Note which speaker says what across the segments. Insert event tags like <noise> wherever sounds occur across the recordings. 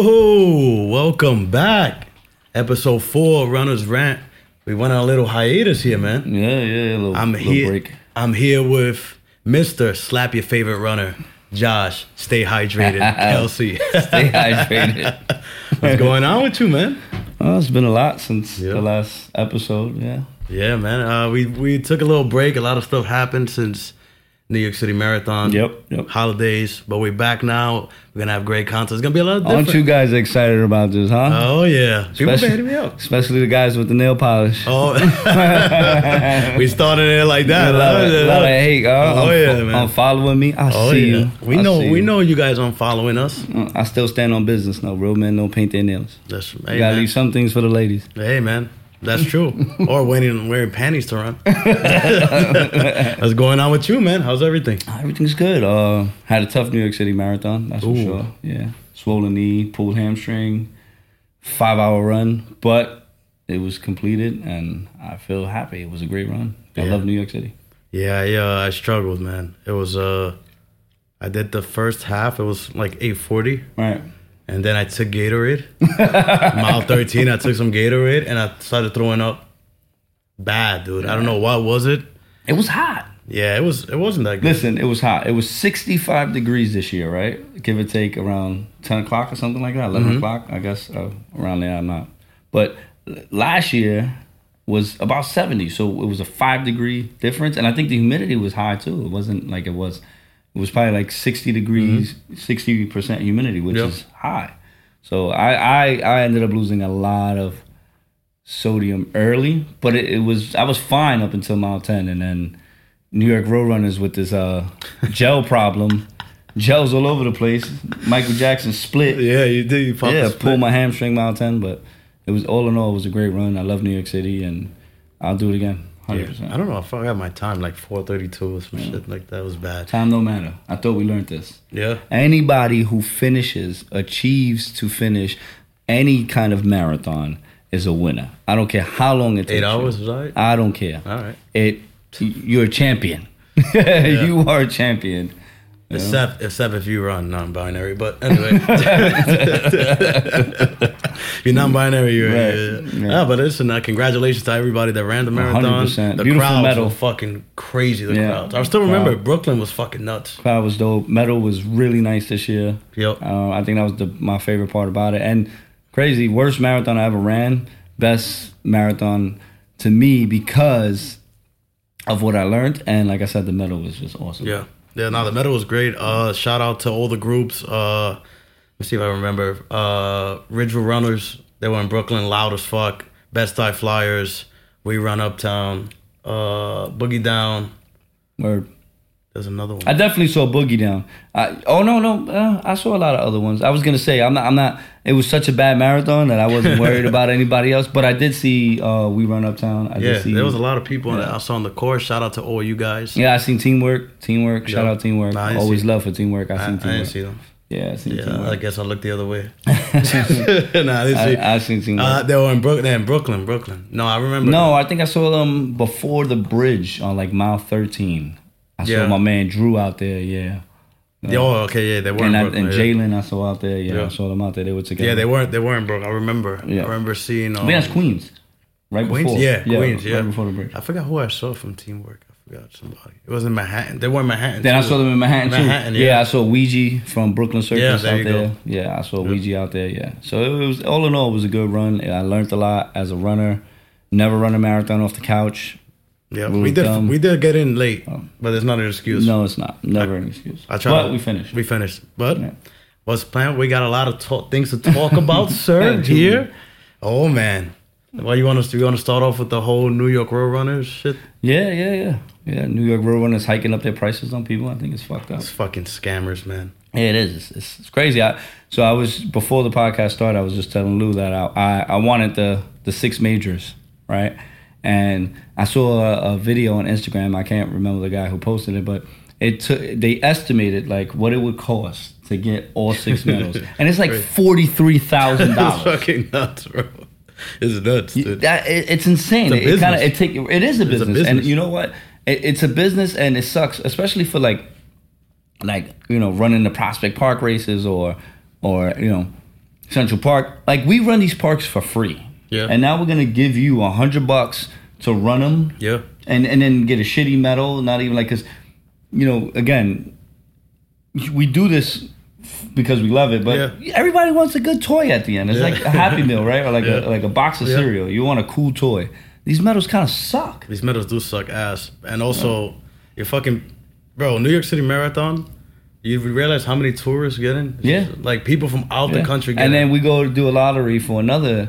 Speaker 1: Yo, welcome back. Episode four, Runners Rant. We went on a little hiatus here, man.
Speaker 2: Yeah, yeah, yeah. Little,
Speaker 1: I'm
Speaker 2: little
Speaker 1: here.
Speaker 2: break. <laughs>
Speaker 1: I'm here with Mister Slap Your Favorite Runner, Josh. Stay hydrated,
Speaker 2: <laughs>
Speaker 1: Kelsey.
Speaker 2: Stay hydrated.
Speaker 1: What's going on with you, man?
Speaker 2: Well, it's been a lot since
Speaker 1: Yeah.
Speaker 2: the last episode. Yeah.
Speaker 1: Yeah, man. Uh, we we took a little break. A lot of stuff happened since New York City Marathon.
Speaker 2: Yep, yep.
Speaker 1: Holidays, but we're back now. We're gonna have great content. It's gonna be a lot of different.
Speaker 2: Aren't you guys excited about this, huh?
Speaker 1: Oh yeah, people been hitting me up.
Speaker 2: especially the guys with the nail polish.
Speaker 1: Oh, <laughs> we started it like
Speaker 2: I
Speaker 1: that.
Speaker 2: love
Speaker 1: huh?
Speaker 2: it. Love it. Hey, uh,
Speaker 1: Oh,
Speaker 2: I'm,
Speaker 1: yeah,
Speaker 2: I'm
Speaker 1: man.
Speaker 2: following me. I
Speaker 1: Oh
Speaker 2: see
Speaker 1: yeah,
Speaker 2: you.
Speaker 1: we
Speaker 2: I
Speaker 1: know
Speaker 2: see
Speaker 1: we
Speaker 2: you.
Speaker 1: know you guys aren't following us.
Speaker 2: Mm, I still stand on business. No real men don't paint their nails.
Speaker 1: That's hey
Speaker 2: You gotta
Speaker 1: man.
Speaker 2: leave some things for the ladies.
Speaker 1: Hey man, that's
Speaker 2: <laughs>
Speaker 1: true. or wearing wearing panties to run. What's going on with you, man? How's everything?
Speaker 2: Everything's good. Uh, had a tough New York City marathon. That's
Speaker 1: Ooh.
Speaker 2: for sure. Yeah, swollen knee, pulled hamstring, five hour run, but it was completed, and I feel happy. It was a great run. I
Speaker 1: Yeah.
Speaker 2: love New York City.
Speaker 1: Yeah, yeah. I struggled, man. It was uh, I did the first half. It was like eight forty.
Speaker 2: Right.
Speaker 1: And then I took <laughs> Gatorade. Mile 13, I took some Gatorade and I started throwing up bad, dude. I don't know what was it.
Speaker 2: It was hot.
Speaker 1: Yeah, it was it wasn't that good.
Speaker 2: Listen, it was hot. It was 65 degrees this year, right? Give or take around 10 o'clock or something like that, 11 o'clock, I guess, uh, around there, I'm not. But l- last year was about 70, so it was a five degree difference. And I think the humidity was high too. It wasn't like it was, it was probably like 60 degrees, 60% humidity, which
Speaker 1: Yeah.
Speaker 2: is high. So I, I, I ended up losing a lot of sodium early, but it, it was I was fine up until mile ten, and then New York Roadrunners with this uh, gel problem, <laughs> gels all over the place. Michael Jackson split,
Speaker 1: Yeah, you did. You popped
Speaker 2: yeah,
Speaker 1: yeah,
Speaker 2: pulled my hamstring mile ten, but it was all in all it was a great run. I love New York City, and I'll do it again, hundred
Speaker 1: I
Speaker 2: percent.
Speaker 1: don't know. I forgot my time, like 4:32 or some shit like that. It was bad.
Speaker 2: Time no matter. I thought we learned this.
Speaker 1: Yeah,
Speaker 2: Anybody who finishes, achieves to finish any kind of marathon is a winner. I don't care how long it takes.
Speaker 1: eight
Speaker 2: you.
Speaker 1: hours was alright.
Speaker 2: I don't care.
Speaker 1: All right.
Speaker 2: It you're a champion. <laughs> You are a champion.
Speaker 1: Except except if you run non-binary, but
Speaker 2: <laughs>
Speaker 1: anyway, <laughs> If you're non-binary. You're,
Speaker 2: Right.
Speaker 1: yeah.
Speaker 2: Yeah.
Speaker 1: No, but listen, uh, congratulations to everybody that ran the marathon.
Speaker 2: 100%.
Speaker 1: The
Speaker 2: Beautiful
Speaker 1: crowds
Speaker 2: medal.
Speaker 1: were fucking crazy. The
Speaker 2: Yeah.
Speaker 1: crowds. I still remember
Speaker 2: Crowd.
Speaker 1: Brooklyn was fucking nuts.
Speaker 2: Crowd was dope. Metal was really nice this year.
Speaker 1: Yep.
Speaker 2: Uh, I think that was the, my favorite part about it. And crazy, worst marathon I ever ran. Best marathon to me because of what I learned. And like I said, the medal was just awesome.
Speaker 1: Yeah. Yeah, no, the medal was great. Uh shout out to all the groups. Uh let's see if I remember. Uh Ridgeville Runners, they were in Brooklyn, loud as fuck. Best Eye Flyers, We Run Uptown, uh Boogie Down.
Speaker 2: Word.
Speaker 1: There's another one.
Speaker 2: I definitely saw Boogie Down. I, oh no, no, uh, I saw a lot of other ones. I was gonna say I'm not. I'm not. It was such a bad marathon that I wasn't
Speaker 1: <laughs>
Speaker 2: worried about anybody else. But I did see uh, we run uptown. I
Speaker 1: yeah,
Speaker 2: did see,
Speaker 1: there was a lot of people that I saw on the course. Shout out to all you guys.
Speaker 2: Yeah, I seen teamwork. Teamwork. Shout
Speaker 1: Yeah.
Speaker 2: out teamwork.
Speaker 1: Nah, I didn't
Speaker 2: Always
Speaker 1: see-
Speaker 2: love for teamwork. I
Speaker 1: I, I
Speaker 2: seen teamwork.
Speaker 1: didn't see them.
Speaker 2: Yeah, I seen
Speaker 1: Yeah, I
Speaker 2: teamwork.
Speaker 1: guess I looked the other
Speaker 2: <laughs>
Speaker 1: way. <laughs> nah, I didn't see.
Speaker 2: I, I seen teamwork.
Speaker 1: uh, they were in Brooklyn. in Brooklyn, Brooklyn. No, I remember.
Speaker 2: no, I think I saw them before the bridge on like mile 13. I
Speaker 1: Yeah.
Speaker 2: saw my man Drew out there. Yeah,
Speaker 1: Yeah, Oh, okay, yeah, they were in
Speaker 2: and, I,
Speaker 1: Brooklyn.
Speaker 2: and
Speaker 1: yeah.
Speaker 2: Jalen I saw out there. Yeah,
Speaker 1: Yeah.
Speaker 2: I saw them out there. They were together.
Speaker 1: Yeah, they weren't. They weren't broke. I remember.
Speaker 2: Yeah.
Speaker 1: I remember seeing. Um,
Speaker 2: I think that's Queens. Right
Speaker 1: Queens?
Speaker 2: before.
Speaker 1: Yeah, Queens. Yeah.
Speaker 2: Right before the break.
Speaker 1: I forgot who I saw from Teamwork. I forgot somebody. It was in Manhattan. They were in Manhattan.
Speaker 2: Then I
Speaker 1: too.
Speaker 2: saw them in Manhattan,
Speaker 1: Manhattan,
Speaker 2: too.
Speaker 1: yeah.
Speaker 2: Yeah. I saw Ouija from Brooklyn Circus
Speaker 1: Yeah, there
Speaker 2: out
Speaker 1: you
Speaker 2: there.
Speaker 1: go.
Speaker 2: Yeah, I saw Ouija out there. Yeah, so it was all in all, it was a good run. I learned a lot as a runner. Never run a marathon off the couch.
Speaker 1: Yeah,
Speaker 2: Little
Speaker 1: we did.
Speaker 2: dumb. Oh.
Speaker 1: We did get in late, but it's not an excuse.
Speaker 2: No, it's not. Never an excuse.
Speaker 1: I tried.
Speaker 2: But we finished.
Speaker 1: We finished. But
Speaker 2: Yeah.
Speaker 1: what's planned? We got a lot of to- things to talk about, <laughs> sir.
Speaker 2: Thank you.
Speaker 1: here. Oh man. Well, you want us to? You want to start off with the whole New York Roadrunners shit?
Speaker 2: yeah, yeah, yeah, yeah. New York Roadrunners hiking up their prices on people. I think it's fucked up.
Speaker 1: It's fucking scammers, man. <laughs>
Speaker 2: Yeah, it is. It's, it's, it's crazy. I, so I was before the podcast started. I was just telling Lou that I I, I wanted the the six majors, right? And I saw a, a video on Instagram. I can't remember the guy who posted it, but it took they estimated like what it would cost to get all six medals, and it's like forty three thousand
Speaker 1: It's
Speaker 2: dollars.
Speaker 1: fucking nuts, bro. It's nuts, dude.
Speaker 2: That it, it's insane.
Speaker 1: It's a
Speaker 2: it kind of
Speaker 1: business.
Speaker 2: it take it is a business, and
Speaker 1: business.
Speaker 2: you know what? It, it's a business, and it sucks, especially for like like you know running the prospect park races or or you know Central Park. Like we run these parks for free.
Speaker 1: Yeah.
Speaker 2: And now we're gonna give you a hundred bucks to run them.
Speaker 1: Yeah.
Speaker 2: And and then get a shitty medal. Not even like because, you know, again, we do this f- because we love it. But everybody wants a good toy at the end. It's
Speaker 1: Yeah.
Speaker 2: like a Happy Meal, right? Or like
Speaker 1: Yeah.
Speaker 2: a, like a box of
Speaker 1: Yeah.
Speaker 2: cereal. You want a cool toy. These medals kind of suck.
Speaker 1: These medals do suck ass. And also, you're fucking, bro, New York City Marathon, you realize how many tourists get in? It's
Speaker 2: Yeah.
Speaker 1: just, like people from out
Speaker 2: Yeah.
Speaker 1: the country get
Speaker 2: and
Speaker 1: in.
Speaker 2: then we go to do a lottery for another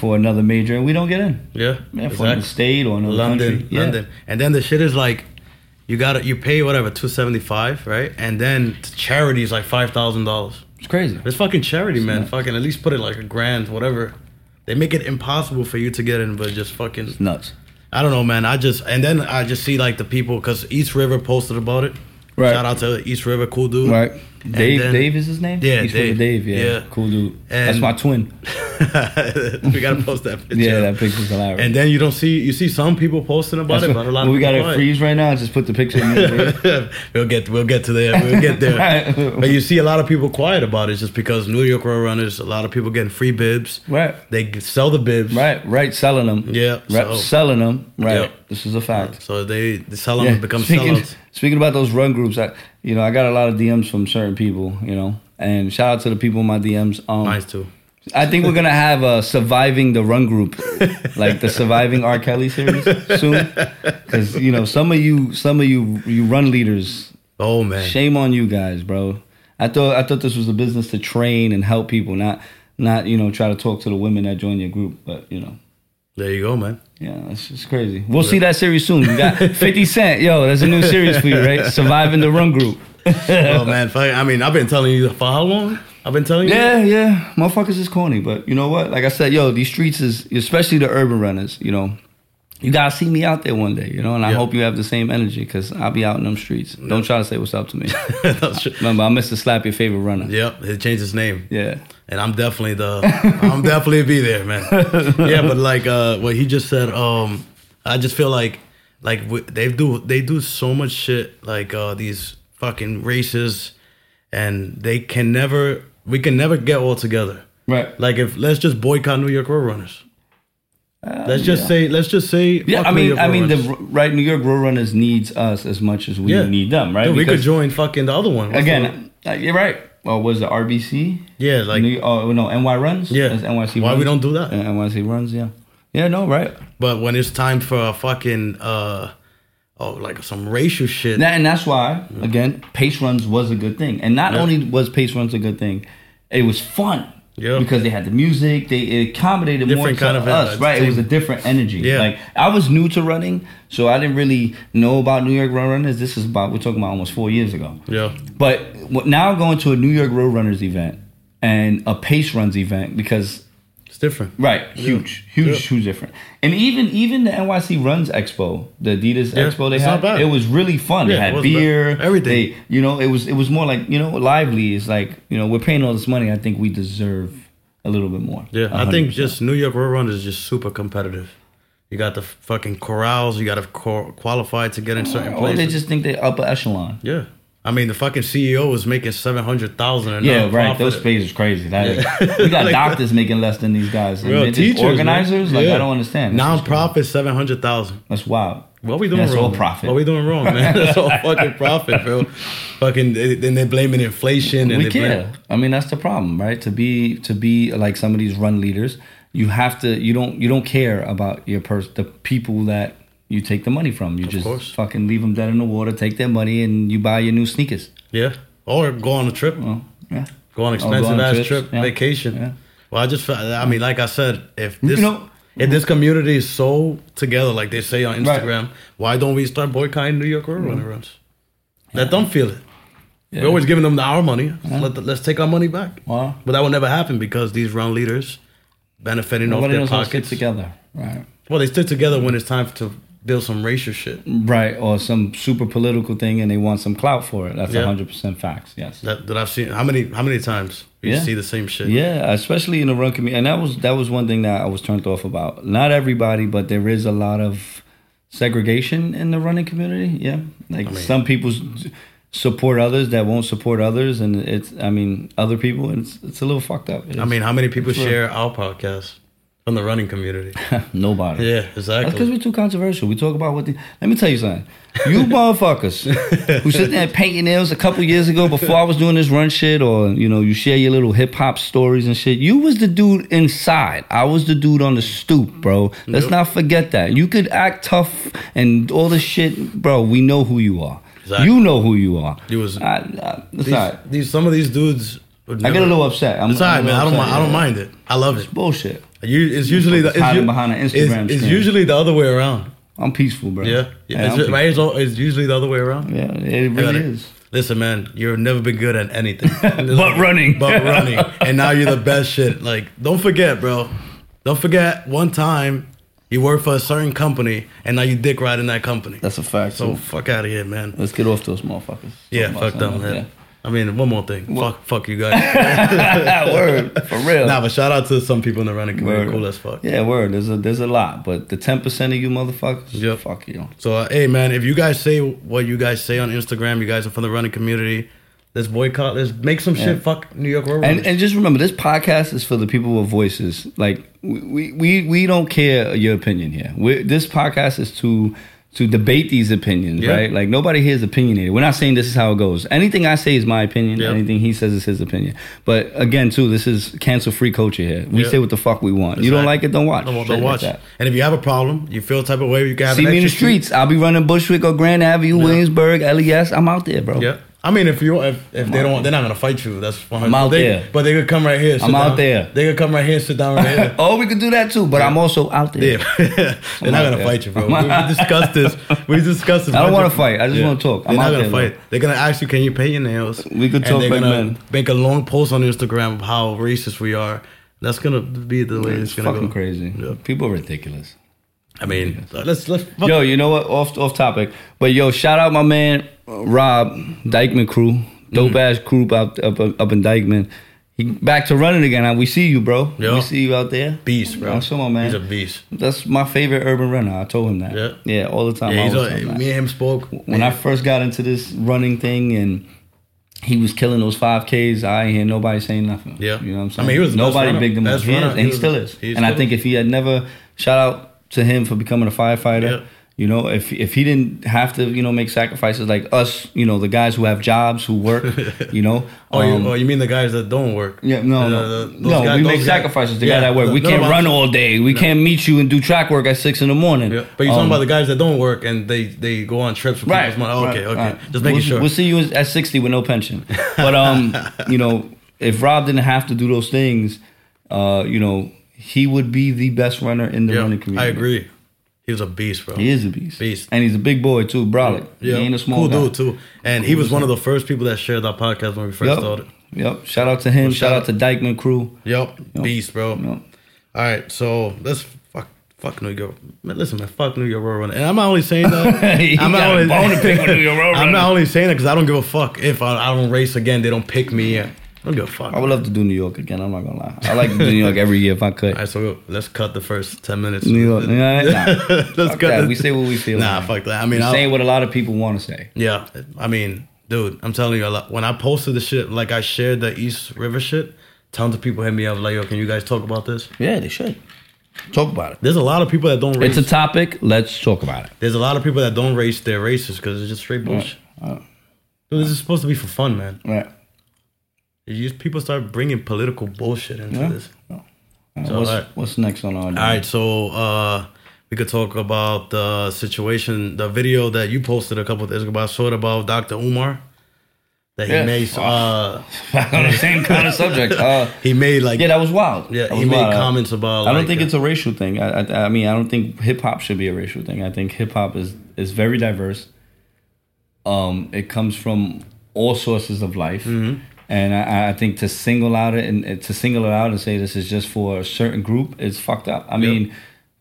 Speaker 2: for another major, and we don't get in.
Speaker 1: yeah.
Speaker 2: Yeah, for
Speaker 1: exactly.
Speaker 2: the state or another
Speaker 1: London,
Speaker 2: country. Yeah.
Speaker 1: London. And then the shit is like, you gotta, you pay whatever, 275 right? And then to charity is like $5,000.
Speaker 2: It's crazy.
Speaker 1: It's fucking charity, man.
Speaker 2: nuts.
Speaker 1: Fucking at least put it like a grand, whatever. They make it impossible for you to get in, but just fucking.
Speaker 2: It's nuts.
Speaker 1: I don't know, man. I just and then I just see like the people because East River posted about it.
Speaker 2: Right.
Speaker 1: Shout out to East River, cool dude.
Speaker 2: Right.
Speaker 1: And
Speaker 2: Dave
Speaker 1: then-
Speaker 2: Dave is his name?
Speaker 1: Yeah,
Speaker 2: He's from
Speaker 1: Dave.
Speaker 2: Dave, yeah.
Speaker 1: Yeah.
Speaker 2: Cool dude. That's
Speaker 1: And-
Speaker 2: my twin.
Speaker 1: <laughs> we gotta post that picture.
Speaker 2: <laughs> Yeah, that picture's hilarious.
Speaker 1: And then you don't see you see some people posting about
Speaker 2: That's
Speaker 1: it, but
Speaker 2: what-
Speaker 1: a lot
Speaker 2: well,
Speaker 1: of
Speaker 2: we got
Speaker 1: people
Speaker 2: to
Speaker 1: aren't.
Speaker 2: freeze right now. Just put the picture in there.
Speaker 1: <laughs> we'll get we'll get to there. We'll get there.
Speaker 2: <laughs> Right.
Speaker 1: but you see a lot of people quiet about it just because New York Road Runners, a lot of people getting free bibs.
Speaker 2: <laughs> Right.
Speaker 1: They g- sell the bibs.
Speaker 2: Right, right, selling them.
Speaker 1: Yeah,
Speaker 2: right,
Speaker 1: so-
Speaker 2: selling them. Right,
Speaker 1: Yeah.
Speaker 2: this is a fact.
Speaker 1: So they, they sell them
Speaker 2: Yeah.
Speaker 1: and become
Speaker 2: speaking,
Speaker 1: sellouts.
Speaker 2: speaking about those run groups, I you know I got a lot of DMs from certain people, you know, and shout out to the people in my DMs. Um,
Speaker 1: Nice too.
Speaker 2: I think we're gonna have a surviving the run <laughs> group, like the surviving R. Kelly series soon, because you know some of you, some of you, you run leaders.
Speaker 1: Oh man.
Speaker 2: Shame on you guys, bro. I thought I thought this was a business to train and help people, not not you know try to talk to the women that join your group. But you know,
Speaker 1: There you go, man.
Speaker 2: yeah, it's just crazy. We'll see that series soon. We <laughs> got Fifty Cent, yo, there's a new series for you, <laughs> right? Surviving the run group.
Speaker 1: oh man, <laughs> fuck, I mean, I've been telling you for how long? I've been telling you.
Speaker 2: Yeah, yeah. Motherfuckers is corny, but you know what? Like I said, yo, these streets is especially the urban runners, you know. You gotta see me out there one day, you know, and I
Speaker 1: Yeah.
Speaker 2: hope you have the same energy because I'll be out in them streets. Don't try to say what's up <laughs> to me.
Speaker 1: That's true.
Speaker 2: Remember, I'm Mr. Slap Your Favorite Runner. Yeah.
Speaker 1: <laughs> Yep, he changed his name, and I'm definitely the. I'm definitely be there, man. Yeah, but like uh, what he just said, um, I just feel like like w- they do they do so much shit like uh these fucking races, and they can never we can never get all together.
Speaker 2: Right.
Speaker 1: Like if let's just boycott New York Road Runners. let's just say let's just say
Speaker 2: Yeah,
Speaker 1: fuck
Speaker 2: I
Speaker 1: New
Speaker 2: mean,
Speaker 1: York
Speaker 2: I
Speaker 1: Road
Speaker 2: mean, the
Speaker 1: Runners.
Speaker 2: right New York Road Runners needs us as much as we
Speaker 1: Yeah.
Speaker 2: need them, right?
Speaker 1: Dude, we could
Speaker 2: Because,
Speaker 1: join fucking the other one What's the-
Speaker 2: again. uh, you're right. Well, was it RBC?
Speaker 1: Yeah, like
Speaker 2: New, oh no, NY runs.
Speaker 1: Yeah.
Speaker 2: That's NYC.
Speaker 1: Why
Speaker 2: runs.
Speaker 1: we don't do that?
Speaker 2: Yeah, NYC runs. Yeah. Yeah. No. Right.
Speaker 1: But when it's time for a fucking uh oh like some racial shit.
Speaker 2: That, and that's why, again, pace runs was a good thing. And not
Speaker 1: Yeah.
Speaker 2: only was pace runs a good thing, it was fun.
Speaker 1: Yeah.
Speaker 2: Because they had the music, they it accommodated more
Speaker 1: Different
Speaker 2: to
Speaker 1: kind of
Speaker 2: us, right? It was a
Speaker 1: entertainment.
Speaker 2: different energy.
Speaker 1: Yeah.
Speaker 2: Like I was new to running, so I didn't really know about New York Road Runners. This is about we're talking about almost four years ago.
Speaker 1: Yeah.
Speaker 2: But what- now going to a New York Road Runners event and a pace runs event because
Speaker 1: It's different.
Speaker 2: Right, huge, huge,
Speaker 1: Yeah.
Speaker 2: huge different. And even even the NYC Runs Expo, the Adidas
Speaker 1: Yeah,
Speaker 2: Expo they
Speaker 1: it's not
Speaker 2: had,
Speaker 1: bad.
Speaker 2: it was really
Speaker 1: Yeah,
Speaker 2: fun.
Speaker 1: it
Speaker 2: they had
Speaker 1: wasn't bad.
Speaker 2: beer,
Speaker 1: Everything.
Speaker 2: They, you know, it was it was more like you know lively. It's like you know we're paying all this money. I think we deserve a little bit more.
Speaker 1: Yeah. I think
Speaker 2: 100%.
Speaker 1: just New York Road Runners is just super competitive. You got the fucking corrals, you got to co- qualify to get in certain
Speaker 2: or Oh, they
Speaker 1: places.
Speaker 2: just think they upper echelon.
Speaker 1: yeah. I mean, the fucking CEO was making 700,000 and
Speaker 2: Yeah,
Speaker 1: not
Speaker 2: right. Those
Speaker 1: profiting.
Speaker 2: space is crazy. That is- we got
Speaker 1: <laughs> Like-
Speaker 2: doctors making less than these guys. And
Speaker 1: Real
Speaker 2: they're just
Speaker 1: teachers, man.
Speaker 2: organizers. Like
Speaker 1: Yeah.
Speaker 2: I don't understand. That's just crazy.
Speaker 1: Non-profit 700,000.
Speaker 2: That's wild.
Speaker 1: What we doing
Speaker 2: That's
Speaker 1: wrong?
Speaker 2: all profit.
Speaker 1: What we doing wrong,
Speaker 2: <laughs>
Speaker 1: man? <laughs> That's all fucking profit, bro. Fucking, then they're blaming inflation and
Speaker 2: we
Speaker 1: they blame-
Speaker 2: care. I mean, that's the problem, right? To be to be like some of these run leaders, you have to. You don't. You don't care about your person, the people that you take the money from. You just
Speaker 1: course.
Speaker 2: fucking leave them dead in the water, take their money, and you buy your new sneakers.
Speaker 1: Yeah. Or go on a trip.
Speaker 2: Well, yeah.
Speaker 1: Go on expensive
Speaker 2: on
Speaker 1: ass
Speaker 2: trips,
Speaker 1: trip,
Speaker 2: yeah,
Speaker 1: vacation.
Speaker 2: yeah.
Speaker 1: Well, I just felt. I mean, like I said, if this
Speaker 2: know-
Speaker 1: if this community is so together, like they say on Instagram, why don't we start boycotting New York Road Runner runs? Let them feel it. We're always giving them the, our money. Let the, let's take our money back.
Speaker 2: Wow.
Speaker 1: But that will never happen because these run leaders benefiting
Speaker 2: Nobody knows
Speaker 1: off
Speaker 2: how
Speaker 1: their
Speaker 2: to
Speaker 1: pockets.
Speaker 2: stick together, right?
Speaker 1: Well, they stick together when it's time to build some racial shit.
Speaker 2: Right, or some super political thing, and they want some clout for it. That's
Speaker 1: Yeah.
Speaker 2: hundred percent facts. Yes.
Speaker 1: That, that I've seen. How many how many times you
Speaker 2: Yeah.
Speaker 1: see the same shit?
Speaker 2: Yeah, especially in the run community, and that was that was one thing that I was turned off about. Not everybody, but there is a lot of segregation in the running community. Yeah, like some people's support others that won't support others, and it's I mean other people. And it's it's a little fucked up. It
Speaker 1: I
Speaker 2: is.
Speaker 1: mean, how many people
Speaker 2: Sure.
Speaker 1: share our podcast from the running community?
Speaker 2: <laughs> nobody.
Speaker 1: yeah,
Speaker 2: That's because
Speaker 1: exactly.
Speaker 2: we're too controversial. We talk about what the. Let me tell you something. You <laughs> motherfuckers who sit there and paint your nails a couple years ago before I was doing this run shit, or you know, you share your little hip hop stories and shit. You was the dude inside. I was the dude on the stoop, bro. Let's
Speaker 1: Yep.
Speaker 2: not forget that. You could act tough and all this shit, bro. We know who you are.
Speaker 1: Exactly.
Speaker 2: You know who you are.
Speaker 1: You was-
Speaker 2: I, I, it's
Speaker 1: These,
Speaker 2: all right.
Speaker 1: these some of these dudes. Would
Speaker 2: I get a
Speaker 1: never-
Speaker 2: little upset. I'm,
Speaker 1: It's all right,
Speaker 2: I'm a
Speaker 1: man.
Speaker 2: little
Speaker 1: I don't
Speaker 2: upset,
Speaker 1: mind. I don't
Speaker 2: yeah.
Speaker 1: mind it. I love it.
Speaker 2: Bullshit.
Speaker 1: You, it's usually the, it's,
Speaker 2: Hiding
Speaker 1: u-
Speaker 2: behind an
Speaker 1: it's-
Speaker 2: Instagram
Speaker 1: It's,
Speaker 2: screen.
Speaker 1: usually the other way around.
Speaker 2: I'm peaceful, bro.
Speaker 1: Yeah, yeah.
Speaker 2: I'm
Speaker 1: it's,
Speaker 2: peaceful.
Speaker 1: right, it's, all- it's usually the other way around.
Speaker 2: Yeah, it
Speaker 1: I got
Speaker 2: really
Speaker 1: it.
Speaker 2: is.
Speaker 1: Listen, man, you've never been good at
Speaker 2: <laughs>
Speaker 1: anything
Speaker 2: But running. <laughs>
Speaker 1: but running, and now you're the best shit. Like, don't forget, bro. Don't forget one time you worked for a certain company, and now you dick riding that company.
Speaker 2: That's a fact.
Speaker 1: so
Speaker 2: So
Speaker 1: fuck out of here, man.
Speaker 2: let's get off those motherfuckers.
Speaker 1: Yeah, fuck them.
Speaker 2: Something like
Speaker 1: man. I mean, one more thing.
Speaker 2: What?
Speaker 1: Fuck, fuck you
Speaker 2: <laughs>
Speaker 1: guys.
Speaker 2: that. word for real.
Speaker 1: nah, but shout out to some people in the running community.
Speaker 2: Word.
Speaker 1: Cool as fuck.
Speaker 2: Yeah, word. There's a there's a lot, but the ten percent of you motherfuckers,
Speaker 1: Yep.
Speaker 2: fuck you.
Speaker 1: So, uh, hey, man, if you guys say what you guys say on Instagram, you guys are from the running community. Let's boycott. Let's make some
Speaker 2: Yeah.
Speaker 1: shit. Fuck New York Road.
Speaker 2: And
Speaker 1: Runners.
Speaker 2: and just remember, this podcast is for the people with voices. Like we we we, we don't care your opinion here. We're, this podcast is to to debate these opinions,
Speaker 1: Yeah.
Speaker 2: right? Like nobody here is opinionated. We're not saying this is how it goes. Anything I say is my opinion.
Speaker 1: Yeah.
Speaker 2: Anything he says is his opinion. But again, too, this is cancel free culture here. We
Speaker 1: Yeah.
Speaker 2: say what the fuck we want. You don't
Speaker 1: Exactly.
Speaker 2: like it, don't watch.
Speaker 1: Don't,
Speaker 2: Straight
Speaker 1: don't
Speaker 2: like
Speaker 1: watch.
Speaker 2: that.
Speaker 1: And if you have a problem, you feel the type of way you can have
Speaker 2: See
Speaker 1: an
Speaker 2: me in the
Speaker 1: extra seat.
Speaker 2: streets. I'll be running Bushwick or Grand Avenue, Williamsburg, LES. E I'm out there, bro.
Speaker 1: Yeah. I mean, if you if, if they
Speaker 2: out
Speaker 1: don't, they're not gonna fight you. That's fine.
Speaker 2: I'm out
Speaker 1: they,
Speaker 2: there.
Speaker 1: But they could come right here. sit
Speaker 2: I'm out
Speaker 1: down.
Speaker 2: there.
Speaker 1: They could come right here, sit down right
Speaker 2: <laughs>
Speaker 1: here.
Speaker 2: <laughs> Oh, we could do that too, but I'm also out there.
Speaker 1: Yeah, <laughs> they're not
Speaker 2: out
Speaker 1: gonna
Speaker 2: there. <laughs>
Speaker 1: fight you, bro.
Speaker 2: I'm
Speaker 1: We,
Speaker 2: out-
Speaker 1: we discussed this. We discussed this.
Speaker 2: I don't
Speaker 1: bunch
Speaker 2: wanna
Speaker 1: of-
Speaker 2: fight. I just wanna talk.
Speaker 1: They're
Speaker 2: I'm
Speaker 1: not
Speaker 2: out
Speaker 1: gonna
Speaker 2: there,
Speaker 1: fight. They're gonna ask you, "Can you paint your nails?"
Speaker 2: We could
Speaker 1: And
Speaker 2: talk
Speaker 1: They're
Speaker 2: like
Speaker 1: gonna
Speaker 2: men.
Speaker 1: make a long post on Instagram of how racist we are. That's gonna be the way it's,
Speaker 2: It's
Speaker 1: gonna
Speaker 2: fucking
Speaker 1: go.
Speaker 2: crazy.
Speaker 1: Yeah.
Speaker 2: People are ridiculous.
Speaker 1: I mean, uh, let's let's. Fuck.
Speaker 2: Yo, you know what? Off off topic, but yo, shout out my man uh, Rob Dykeman crew,
Speaker 1: Mm-hmm.
Speaker 2: dope ass crew up, up up in Dykeman. He back to running again. I- We see you, bro.
Speaker 1: Yeah.
Speaker 2: We see you out there.
Speaker 1: Beast, bro.
Speaker 2: I'm so my man.
Speaker 1: He's a beast.
Speaker 2: That's my favorite urban runner. I told him that.
Speaker 1: Yeah.
Speaker 2: yeah, all the time.
Speaker 1: Yeah,
Speaker 2: I
Speaker 1: he's
Speaker 2: always
Speaker 1: a,
Speaker 2: tell him that.
Speaker 1: me and him spoke
Speaker 2: when I first got into this running thing and he was killing those five Ks, I ain't hear nobody saying nothing.
Speaker 1: Yeah.
Speaker 2: You know what I'm
Speaker 1: I
Speaker 2: saying?
Speaker 1: mean, he was the best
Speaker 2: nobody
Speaker 1: runner.
Speaker 2: bigged him up.
Speaker 1: Best
Speaker 2: He is,
Speaker 1: runner.
Speaker 2: and
Speaker 1: He
Speaker 2: he
Speaker 1: was-
Speaker 2: still is.
Speaker 1: he
Speaker 2: and I
Speaker 1: still
Speaker 2: think if he had never shout out to him for becoming a firefighter,
Speaker 1: Yeah.
Speaker 2: you know, if if he didn't have to, you know, make sacrifices like us, you know, the guys who have jobs, who
Speaker 1: <laughs>
Speaker 2: work, you know.
Speaker 1: Oh,
Speaker 2: um,
Speaker 1: you, oh, you mean the guys that don't work?
Speaker 2: yeah, no,
Speaker 1: Uh,
Speaker 2: no,
Speaker 1: those
Speaker 2: no.
Speaker 1: guys-
Speaker 2: we
Speaker 1: those
Speaker 2: make
Speaker 1: guys-
Speaker 2: sacrifices. The
Speaker 1: Yeah,
Speaker 2: guy that work,
Speaker 1: no,
Speaker 2: we
Speaker 1: no,
Speaker 2: can't
Speaker 1: but I'm-
Speaker 2: run all day. We can't meet you and do track work at six in the morning.
Speaker 1: Yeah, but you're talking
Speaker 2: Um,
Speaker 1: about the guys that don't work and they they go on trips with
Speaker 2: Right.
Speaker 1: people's money. Oh, okay,
Speaker 2: right,
Speaker 1: okay.
Speaker 2: right.
Speaker 1: Just making
Speaker 2: we'll,
Speaker 1: sure.
Speaker 2: We'll see you at 60 with no pension. But
Speaker 1: <laughs>
Speaker 2: um, you know, if Rob didn't have to do those things, uh, you know, he would be the best runner in the
Speaker 1: yeah,
Speaker 2: running community.
Speaker 1: I agree. He was a beast, bro.
Speaker 2: He is a beast.
Speaker 1: Beast.
Speaker 2: And he's a big boy too, brolic.
Speaker 1: yeah,
Speaker 2: He ain't a
Speaker 1: cool
Speaker 2: small guy.
Speaker 1: dude too. And he was one of the first people that shared our podcast when we first
Speaker 2: Yep.
Speaker 1: started.
Speaker 2: Yep. Shout out to him. shout,
Speaker 1: shout
Speaker 2: out to Dykeman crew.
Speaker 1: Yep, beast, bro.
Speaker 2: Yep.
Speaker 1: All right, so let's fuck fuck New York. Man, listen, man, fuck New York Roadrunner. And I'm not only saying that.
Speaker 2: <laughs> He
Speaker 1: I'm
Speaker 2: got
Speaker 1: not
Speaker 2: a
Speaker 1: only
Speaker 2: bone to pick with New York
Speaker 1: <laughs>
Speaker 2: Road
Speaker 1: I'm
Speaker 2: Runners.
Speaker 1: not only saying that because I don't give a fuck if I, I don't race again. They don't pick me. I don't give a fuck.
Speaker 2: I would love to do New York again. I'm not gonna lie. I like to do New York every year if I
Speaker 1: <laughs>
Speaker 2: could.
Speaker 1: All right, so let's cut the first ten minutes.
Speaker 2: New
Speaker 1: <laughs>
Speaker 2: York. Nah, nah.
Speaker 1: let's
Speaker 2: Fuck
Speaker 1: cut.
Speaker 2: that.
Speaker 1: it.
Speaker 2: We say what we feel.
Speaker 1: Nah,
Speaker 2: man.
Speaker 1: fuck that. I mean,
Speaker 2: We
Speaker 1: I'll-
Speaker 2: say what a lot of people want to say.
Speaker 1: yeah. I mean, dude, I'm telling you, a lot. when I posted the shit, like I shared the East River shit, tons of people hit me up like, "Yo, can you guys talk about this?"
Speaker 2: Yeah, they should talk about it.
Speaker 1: There's a lot of people that don't race.
Speaker 2: It's a topic. Let's talk about it.
Speaker 1: There's a lot of people that don't race their races because it's just straight bullshit.
Speaker 2: uh,
Speaker 1: Dude, this is supposed to be for fun, man.
Speaker 2: Right. Uh,
Speaker 1: You just, people start bringing political bullshit into
Speaker 2: Yeah.
Speaker 1: this. So,
Speaker 2: what's,
Speaker 1: alright.
Speaker 2: what's next on our
Speaker 1: All right, so uh, we could talk about the situation, the video that you posted a couple of days ago. I saw it about Dr. Umar that he
Speaker 2: Yeah.
Speaker 1: made. Uh,
Speaker 2: on the <laughs> same kind of subject? <laughs> Uh,
Speaker 1: he made like
Speaker 2: yeah, that was wild.
Speaker 1: yeah,
Speaker 2: That
Speaker 1: he
Speaker 2: was
Speaker 1: made
Speaker 2: wild.
Speaker 1: comments about.
Speaker 2: I don't
Speaker 1: like,
Speaker 2: think
Speaker 1: uh,
Speaker 2: it's a racial thing. I, I, I mean, I don't think hip hop should be a racial thing. I think hip hop is is very diverse. Um, it comes from all sources of life,
Speaker 1: Mm-hmm.
Speaker 2: and I, I think to single out it and and to single it out and say this is just for a certain group is fucked up. I mean,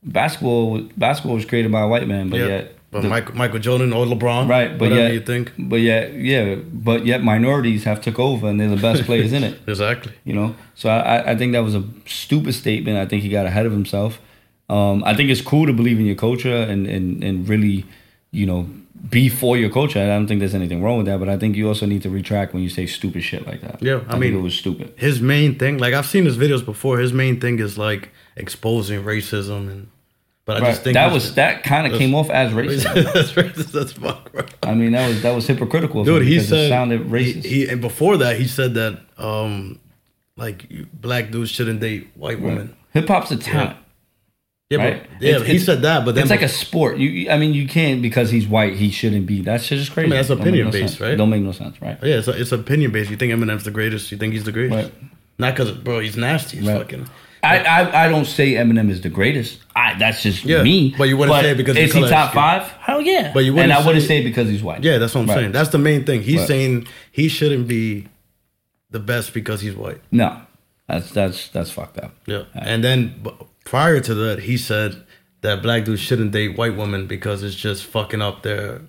Speaker 2: basketball basketball was created by a white man, but
Speaker 1: yeah.
Speaker 2: yet
Speaker 1: but
Speaker 2: the-
Speaker 1: Michael, Michael Jordan or LeBron,
Speaker 2: Right, but
Speaker 1: whatever
Speaker 2: yet,
Speaker 1: you think,
Speaker 2: but yet, yeah, but yet minorities have took over and they're the best players in it. <laughs>
Speaker 1: exactly.
Speaker 2: You know, so I, I- I think that was a stupid statement. I think he got ahead of himself. Um, I think it's cool to believe in your culture and and and really you know, be for your culture. I don't think there's anything wrong with that, but I think you also need to retract when you say stupid shit like that.
Speaker 1: Yeah, I
Speaker 2: think
Speaker 1: mean-
Speaker 2: it was stupid.
Speaker 1: His main thing, like I've seen his videos before, his main thing is like exposing racism and. But I just
Speaker 2: Right.
Speaker 1: think
Speaker 2: That
Speaker 1: it's-
Speaker 2: was that kind of came off as
Speaker 1: <laughs>
Speaker 2: racist.
Speaker 1: that's racist as fuck, bro.
Speaker 2: I mean, that was that was hypocritical. of
Speaker 1: Dude,
Speaker 2: him
Speaker 1: he
Speaker 2: because
Speaker 1: said
Speaker 2: it sounded
Speaker 1: he-
Speaker 2: racist.
Speaker 1: he- and before that, he said that um, like you- black dudes shouldn't date white women.
Speaker 2: Hip hop's a talent.
Speaker 1: Yeah,
Speaker 2: Right.
Speaker 1: but, yeah.
Speaker 2: It's-
Speaker 1: he
Speaker 2: it's-
Speaker 1: said that, but then
Speaker 2: It's like a sport. You- You, I mean, you can't because he's white. He shouldn't be. That shit is crazy.
Speaker 1: that's
Speaker 2: Don't make
Speaker 1: opinion
Speaker 2: no
Speaker 1: based,
Speaker 2: sense.
Speaker 1: right?
Speaker 2: Don't make no sense, right?
Speaker 1: yeah, it's, it's opinion based. You think Eminem's the greatest? You think he's the greatest?
Speaker 2: Right.
Speaker 1: Not because bro, he's nasty. He's
Speaker 2: Right.
Speaker 1: fucking.
Speaker 2: I, I I don't say Eminem is the greatest. I that's just
Speaker 1: Yeah,
Speaker 2: me.
Speaker 1: but you wouldn't say because of
Speaker 2: is
Speaker 1: the
Speaker 2: he
Speaker 1: color
Speaker 2: top
Speaker 1: of skin.
Speaker 2: five? Hell yeah.
Speaker 1: But you wouldn't
Speaker 2: and I wouldn't
Speaker 1: say-
Speaker 2: say because he's white.
Speaker 1: Yeah, that's what I'm
Speaker 2: Right.
Speaker 1: saying. That's the main thing. He's
Speaker 2: Right.
Speaker 1: saying he shouldn't be the best because he's white.
Speaker 2: No, that's that's that's fucked up.
Speaker 1: Yeah. And then b- prior to that, he said that black dudes shouldn't date white women because it's just fucking up their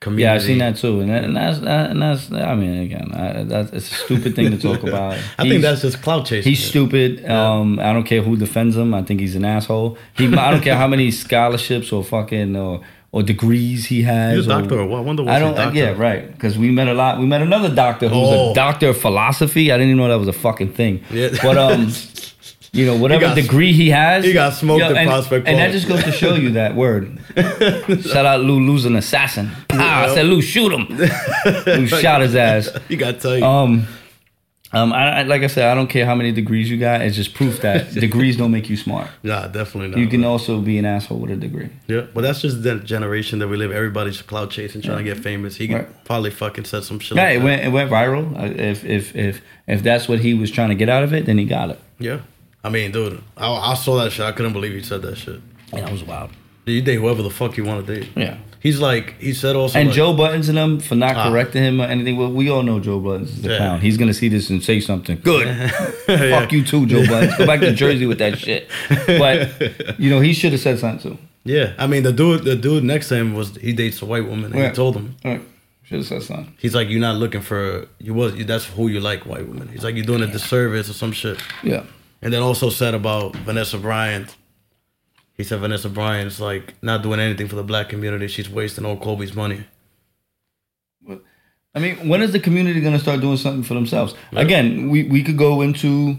Speaker 1: community.
Speaker 2: Yeah, I've seen that too, and, that, and that's that, and that's. I mean, again, I, that's it's a stupid thing to
Speaker 1: <laughs>
Speaker 2: talk about.
Speaker 1: I
Speaker 2: uh, He's-
Speaker 1: think that's just clout chasing.
Speaker 2: He's stupid. Um, I don't care who defends him. I think he's an asshole. He, I don't care how many scholarships or fucking or, or degrees he has.
Speaker 1: He's a
Speaker 2: or-
Speaker 1: doctor or what? I wonder what's
Speaker 2: I
Speaker 1: he
Speaker 2: don't. uh,
Speaker 1: doctor
Speaker 2: yeah,
Speaker 1: of.
Speaker 2: right. Because we met a lot. We met another doctor who was
Speaker 1: Oh.
Speaker 2: a doctor of philosophy. I didn't even know that was a fucking thing.
Speaker 1: Yeah. <laughs>
Speaker 2: But um, you know, whatever
Speaker 1: got-
Speaker 2: degree he has,
Speaker 1: he got smoked at
Speaker 2: and,
Speaker 1: Prospect
Speaker 2: And
Speaker 1: Park.
Speaker 2: that just goes to show you
Speaker 1: <laughs>
Speaker 2: that word. Shout out Lou, Lou's an assassin. Pow, I said Lou,
Speaker 1: <laughs>
Speaker 2: shoot him. Lou shot his ass.
Speaker 1: you got to tell you.
Speaker 2: Um, um, I, I like I said, I don't care how many degrees you got. It's just proof <laughs> that degrees don't make you smart.
Speaker 1: nah, definitely not.
Speaker 2: You can
Speaker 1: bro.
Speaker 2: also be an asshole with a degree.
Speaker 1: yeah, but that's just the generation that we live. Everybody's clout chasing, trying to get famous. He could
Speaker 2: Right.
Speaker 1: probably fucking said some shit.
Speaker 2: Yeah,
Speaker 1: like
Speaker 2: it
Speaker 1: that.
Speaker 2: went it went viral. Uh, If if if if that's what he was trying to get out of it, then he got it.
Speaker 1: Yeah. I mean, dude, I, I saw that shit. I couldn't believe he said that shit.
Speaker 2: And that was wild.
Speaker 1: Dude, you date whoever the fuck you want to date.
Speaker 2: Yeah.
Speaker 1: He's like, he said also.
Speaker 2: And
Speaker 1: like-
Speaker 2: Joe Buttons and them for not
Speaker 1: Ah.
Speaker 2: correcting him or anything. Well, we all know Joe Buttons is a
Speaker 1: Yeah.
Speaker 2: clown. He's gonna see this and say something. Good. <laughs>
Speaker 1: Yeah.
Speaker 2: Fuck you too, Joe Buttons. Go back <laughs> to Jersey with that shit. But you know he should have said something too.
Speaker 1: Yeah, I mean the dude, the dude next to him was he dates a white woman, and
Speaker 2: Yeah.
Speaker 1: he told him
Speaker 2: All right. Should have said something.
Speaker 1: he's like, "You're not looking for you was you, that's who you like, white women." He's like, "You're doing a disservice or some shit."
Speaker 2: Yeah.
Speaker 1: And then also said about Vanessa Bryant, he said Vanessa Bryant's like not doing anything for the black community. She's wasting old Kobe's money.
Speaker 2: I mean, when is the community going to start doing something for themselves? Again, we, we could go into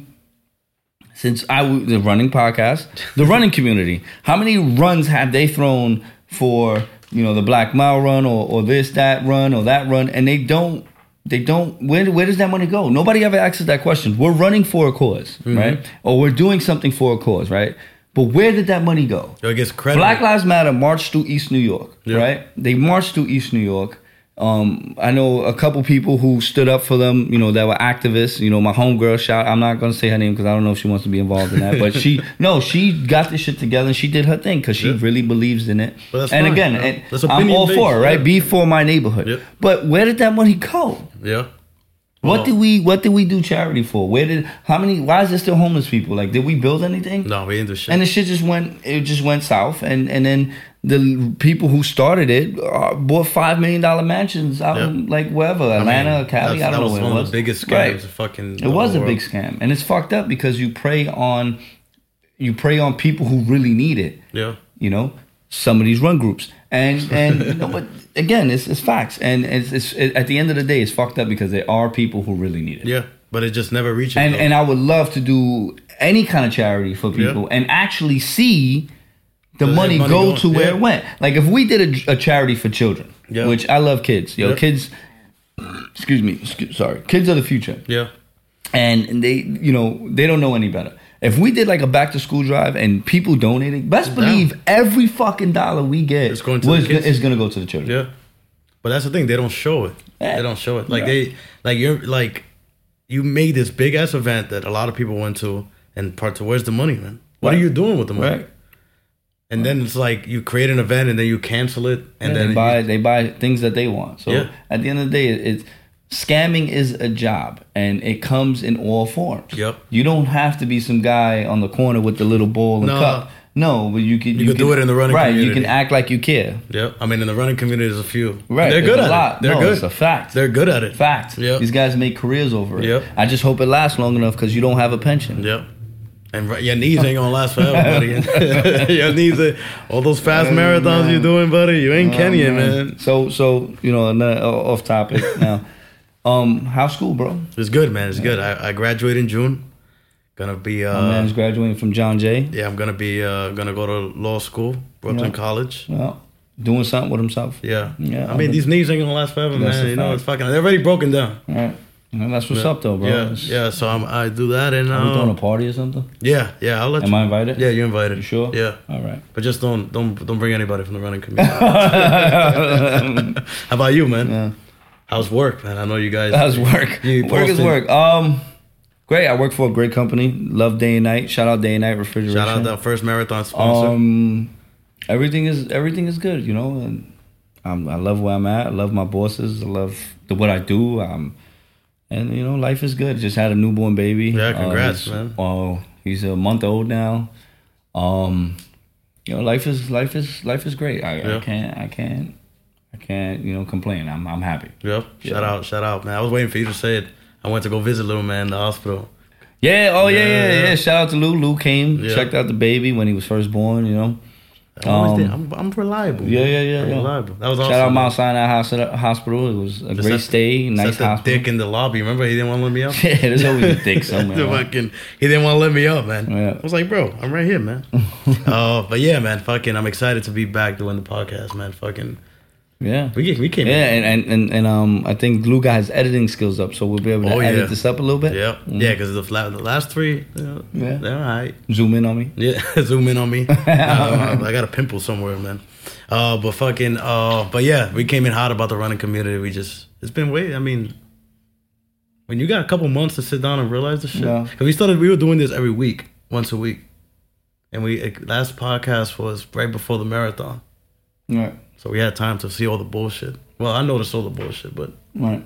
Speaker 2: since I w- the running podcast, the running community. How many runs have they thrown for you know the Black Mile Run or, or this that run or that run, and they don't they don't where where does that money go? Nobody ever asks that question. We're running for a because right? Or we're doing something for a cause, right? But where did that money go?
Speaker 1: Yo, it gets credit.
Speaker 2: Black Lives Matter marched through East New York,
Speaker 1: Yeah.
Speaker 2: right? They marched through East New York. Um, I know a couple people who stood up for them, you know, that were activists. You know, my homegirl, shout, I'm not going to say her name because I don't know if she wants to be involved in that.
Speaker 1: <laughs>
Speaker 2: But she, no, she got this shit together and she did her thing because she
Speaker 1: Yeah.
Speaker 2: really believes in it.
Speaker 1: Well, that's
Speaker 2: and
Speaker 1: fine,
Speaker 2: again,
Speaker 1: you know.
Speaker 2: and
Speaker 1: That's
Speaker 2: I'm all
Speaker 1: opinion-based,
Speaker 2: for it, right?
Speaker 1: yeah.
Speaker 2: Be for my neighborhood.
Speaker 1: Yeah.
Speaker 2: But where did that money go?
Speaker 1: Yeah.
Speaker 2: What
Speaker 1: Well-
Speaker 2: did we What did we do charity for? Where did? How many? Why is there still homeless people? Like, did we build anything?
Speaker 1: No, we didn't do shit.
Speaker 2: and the shit just went it just went south and and then the people who started it uh, bought five million dollar mansions out in
Speaker 1: Yeah.
Speaker 2: like wherever Atlanta or Cali
Speaker 1: That's-
Speaker 2: I don't
Speaker 1: that
Speaker 2: know
Speaker 1: was
Speaker 2: where
Speaker 1: one
Speaker 2: it
Speaker 1: of
Speaker 2: was
Speaker 1: the biggest scams.
Speaker 2: Right.
Speaker 1: Fucking.
Speaker 2: it was a big scam and it's fucked up because you prey on you prey on people who really need it
Speaker 1: Yeah.
Speaker 2: you know some of these run groups and and you know
Speaker 1: <laughs>
Speaker 2: but again it's, it's facts and it's, it's at the end of the day it's fucked up because there are people who really need it
Speaker 1: Yeah, but it just never reaches.
Speaker 2: and
Speaker 1: them.
Speaker 2: and I would love to do any kind of charity for people and actually see the
Speaker 1: Where that
Speaker 2: money,
Speaker 1: money
Speaker 2: go
Speaker 1: going,
Speaker 2: to where
Speaker 1: yeah.
Speaker 2: it went. Like if we did a, a charity for children,
Speaker 1: Yeah.
Speaker 2: which I love kids, yo,
Speaker 1: Yeah.
Speaker 2: kids. Excuse me, excuse, sorry, kids are the future,
Speaker 1: yeah.
Speaker 2: and, and they, you know, they don't know any better. If we did like a back to school drive and people donated, best believe every fucking dollar we get
Speaker 1: It's going to the
Speaker 2: was go-
Speaker 1: kids.
Speaker 2: is going to go to the children.
Speaker 1: Yeah, but that's the thing; they don't show it.
Speaker 2: Yeah.
Speaker 1: They don't show it. Like
Speaker 2: Yeah.
Speaker 1: they, like you're like, you made this big ass event that a lot of people went to and part to. Where's the money, man? What are
Speaker 2: Right.
Speaker 1: you doing with the money?
Speaker 2: Right.
Speaker 1: And then it's like you create an event and then you cancel it and then
Speaker 2: they buy they buy things that they want. So
Speaker 1: Yeah.
Speaker 2: at the end of the day, it's scamming is a job and it comes in all forms.
Speaker 1: Yep.
Speaker 2: You don't have to be some guy on the corner with the little ball and
Speaker 1: No.
Speaker 2: cup. No, but you can
Speaker 1: You could do it in the running
Speaker 2: right. You
Speaker 1: community.
Speaker 2: can act like you care.
Speaker 1: yeah. I mean, in the running community, there's a few.
Speaker 2: Right,
Speaker 1: They're
Speaker 2: there's
Speaker 1: good
Speaker 2: a
Speaker 1: at
Speaker 2: lot.
Speaker 1: it. They're
Speaker 2: No,
Speaker 1: good.
Speaker 2: it's a fact.
Speaker 1: They're good at it.
Speaker 2: Fact.
Speaker 1: Yep.
Speaker 2: These guys make careers over it.
Speaker 1: Yep.
Speaker 2: I just hope it lasts long enough because you don't have a pension.
Speaker 1: Yep. And right- your knees ain't gonna last forever,
Speaker 2: <laughs>
Speaker 1: buddy. <laughs> your knees, are, all those fast
Speaker 2: Oh,
Speaker 1: marathons
Speaker 2: man.
Speaker 1: you're doing, buddy. You ain't
Speaker 2: Oh,
Speaker 1: Kenyan, man.
Speaker 2: So so you know, another o- off topic now. <laughs> Um, how's school, bro?
Speaker 1: It's good, man. It's good. I, I graduate in June. Gonna be,
Speaker 2: My
Speaker 1: uh,
Speaker 2: man's graduating from John Jay.
Speaker 1: yeah, I'm gonna be, uh, gonna go to law school, Brooklyn
Speaker 2: Yeah.
Speaker 1: College.
Speaker 2: Well, doing something with himself.
Speaker 1: Yeah,
Speaker 2: Yeah,
Speaker 1: I mean,
Speaker 2: I'm-
Speaker 1: these knees ain't gonna last forever,
Speaker 2: That's
Speaker 1: man.
Speaker 2: a
Speaker 1: You know,
Speaker 2: fact.
Speaker 1: it's fucking. They're already broken down.
Speaker 2: All right. Well, that's what's up, though, bro.
Speaker 1: Yeah,
Speaker 2: It's-
Speaker 1: yeah. So I'm, I do that, and
Speaker 2: Are we
Speaker 1: um,
Speaker 2: throwing a party or something?
Speaker 1: yeah, yeah. I'll let
Speaker 2: Am
Speaker 1: you.
Speaker 2: I invited?
Speaker 1: <laughs> yeah, you're invited.
Speaker 2: You sure?
Speaker 1: Yeah,
Speaker 2: All right.
Speaker 1: but just don't, don't, don't bring anybody from the running
Speaker 2: <laughs>
Speaker 1: community. <laughs> How about you, man?
Speaker 2: Yeah.
Speaker 1: How's work, man? I know you guys.
Speaker 2: How's work?
Speaker 1: You
Speaker 2: work is
Speaker 1: posted-
Speaker 2: work. Um, great. I work for a great company. Love day and night. Shout out day and night refrigeration.
Speaker 1: Shout out that first marathon sponsor.
Speaker 2: Um, everything is everything is good. You know, and um, I love where I'm at. I love my bosses. I love the, what I do. Um, and you know, life is good. Just had a newborn baby.
Speaker 1: Yeah,
Speaker 2: Uh,
Speaker 1: congrats,
Speaker 2: he's-
Speaker 1: man.
Speaker 2: Oh, he's a month old now. Um, you know, life is life is life is great. I,
Speaker 1: Yeah.
Speaker 2: I can't I can't I can't you know complain. I'm I'm happy.
Speaker 1: yep. Shout out, shout out, man. I was waiting for you to say it. I went to go visit little man in the hospital.
Speaker 2: Yeah. Oh yeah,
Speaker 1: Yeah,
Speaker 2: yeah,
Speaker 1: yeah.
Speaker 2: yeah. Shout out to Lou. Lou came,
Speaker 1: Yeah.
Speaker 2: checked out the baby when he was first born. You know.
Speaker 1: I'm, always
Speaker 2: Um,
Speaker 1: there. I'm, I'm reliable.
Speaker 2: Yeah,
Speaker 1: man.
Speaker 2: yeah, yeah,
Speaker 1: I'm
Speaker 2: yeah.
Speaker 1: reliable. That was awesome.
Speaker 2: Shout
Speaker 1: man.
Speaker 2: out Mount Sinai Hos- Hospital. It was a
Speaker 1: Just
Speaker 2: great
Speaker 1: that-
Speaker 2: stay. Nice
Speaker 1: That's the
Speaker 2: hospital.
Speaker 1: dick in the lobby. Remember, he didn't want to let me up.
Speaker 2: <laughs> yeah, <laughs> there's always a
Speaker 1: <laughs>
Speaker 2: dick
Speaker 1: The
Speaker 2: somewhere. right?
Speaker 1: fucking, he didn't want to let me up, man.
Speaker 2: Yeah.
Speaker 1: I was like, bro, I'm right here,
Speaker 2: <laughs>
Speaker 1: man. uh, but yeah, man, fucking, I'm excited to be back doing the podcast, man. Fucking,
Speaker 2: Yeah.
Speaker 1: we get, we came.
Speaker 2: Yeah, and, and, and, and um, I think Lou got his editing skills up, so we'll be able to
Speaker 1: Oh,
Speaker 2: edit
Speaker 1: yeah.
Speaker 2: this up a little bit.
Speaker 1: yeah, yeah, because the, fla- the last three, you know,
Speaker 2: Mm. Yeah.
Speaker 1: they're all right.
Speaker 2: Zoom in on me.
Speaker 1: Yeah, <laughs> zoom in on me. Uh, I got a pimple somewhere, man. Uh, but fucking, uh, but yeah, we came in hot about the running community. We just, it's been way. I mean, when you got a couple months to sit down and realize the shit,
Speaker 2: Yeah.
Speaker 1: 'Cause we started, we were doing this every week, once a week, and we it, last podcast was right before the marathon,
Speaker 2: Right.
Speaker 1: so we had time to see all the bullshit. Well, I noticed all the bullshit, but
Speaker 2: Right.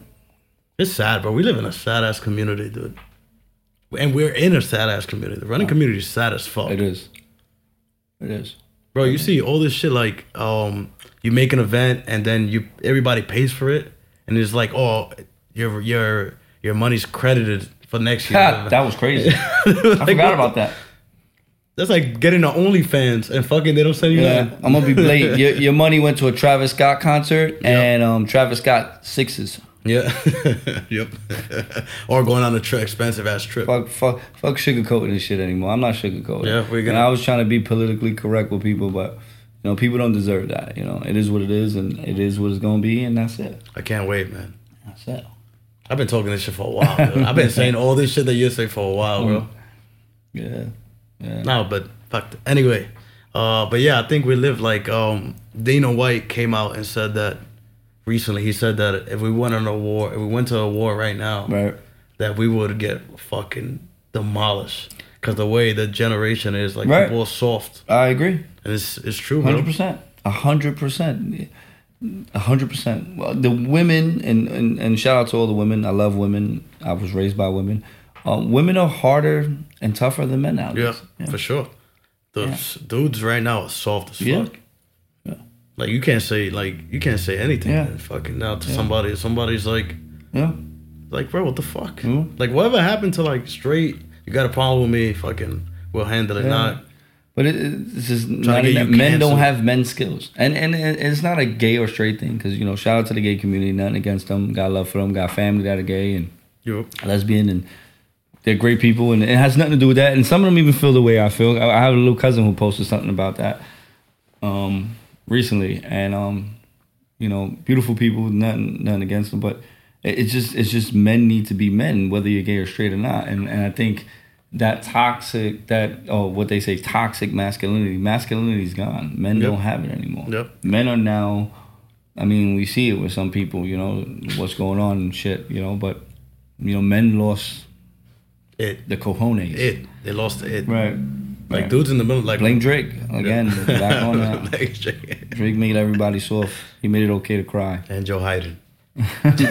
Speaker 1: it's sad, bro. We live in a sad ass community, dude. And we're in a sad ass community. The running community is sad as fuck.
Speaker 2: It is. It is.
Speaker 1: Bro,
Speaker 2: Mm-hmm.
Speaker 1: you see all this shit like um you make an event and then you everybody pays for it and it's like oh your your your money's credited for next year.
Speaker 2: Ha,
Speaker 1: <laughs>
Speaker 2: that was crazy. I forgot about that.
Speaker 1: That's like getting the OnlyFans and fucking they don't send you
Speaker 2: Yeah,
Speaker 1: that.
Speaker 2: I'm gonna be late. Your, your money went to a Travis Scott concert and um, Travis Scott sixes.
Speaker 1: <laughs> Yeah. <laughs> yep. or going on a tri- expensive ass trip.
Speaker 2: fuck, fuck, fuck sugarcoating this shit anymore. I'm not sugarcoating.
Speaker 1: Yeah, we're gonna-
Speaker 2: And I was trying to be politically correct with people, but you know, people don't deserve that. You know, it is what it is, and it is what it's gonna be, and that's it.
Speaker 1: I can't wait, man.
Speaker 2: That's it.
Speaker 1: I've been talking this shit for a while. dude. I've
Speaker 2: <laughs>
Speaker 1: been saying all this shit that you say for a while, bro.
Speaker 2: Yeah, yeah.
Speaker 1: No, but fuck. th- Anyway, uh, but yeah, I think we live like um, Dana White came out and said that recently. He said that if we went on a war, if we went to a war right now,
Speaker 2: Right.
Speaker 1: that we would get fucking demolished because the way the generation is, like
Speaker 2: Right.
Speaker 1: people are soft,
Speaker 2: I agree.
Speaker 1: and it's it's true, bro.
Speaker 2: Hundred percent. hundred percent. hundred percent. Well, the women and, and and shout out to all the women. I love women. I was raised by women. Um, women are harder and tougher than men now.
Speaker 1: Yeah, for sure. Those dudes right now are soft as fuck.
Speaker 2: Yeah. Yeah.
Speaker 1: Like you can't say like you can't say anything.
Speaker 2: Yeah.
Speaker 1: man, Fucking now to somebody, somebody's like.
Speaker 2: Yeah.
Speaker 1: Like, bro, what the fuck?
Speaker 2: Mhm.
Speaker 1: Like, whatever happened to like straight? You got a problem with me? Fucking, we'll handle it.
Speaker 2: Yeah.
Speaker 1: Not
Speaker 2: But it, it's just
Speaker 1: Trying to
Speaker 2: not
Speaker 1: get
Speaker 2: enough-
Speaker 1: you
Speaker 2: men don't
Speaker 1: canceled.
Speaker 2: have men's skills, and and it- it's not a gay or straight thing because you know shout out to the gay community, nothing against them, got love for them, got family that are gay and
Speaker 1: you.
Speaker 2: lesbian, and they're great people, and it has nothing to do with that. And some of them even feel the way I feel. I, I have a little cousin who posted something about that um, recently, and um, you know, beautiful people, nothing nothing against them, but it, it's just it's just men need to be men, whether you're gay or straight or not. And and I think that toxic that oh what they say toxic masculinity masculinity's gone. Men
Speaker 1: Yep.
Speaker 2: don't have it anymore.
Speaker 1: Yep.
Speaker 2: Men are now. I mean, we see it with some people, you know, what's going on and shit, you know, but you know, men lost
Speaker 1: It,
Speaker 2: the cojones.
Speaker 1: it. They lost it.
Speaker 2: Right.
Speaker 1: Like
Speaker 2: Right.
Speaker 1: dudes in the middle. Like
Speaker 2: Blame Drake again.
Speaker 1: <laughs>
Speaker 2: back on that.
Speaker 1: Like, Drake.
Speaker 2: Drake made everybody soft. He made it okay to cry. <laughs>
Speaker 1: and Joe Hyden.
Speaker 2: it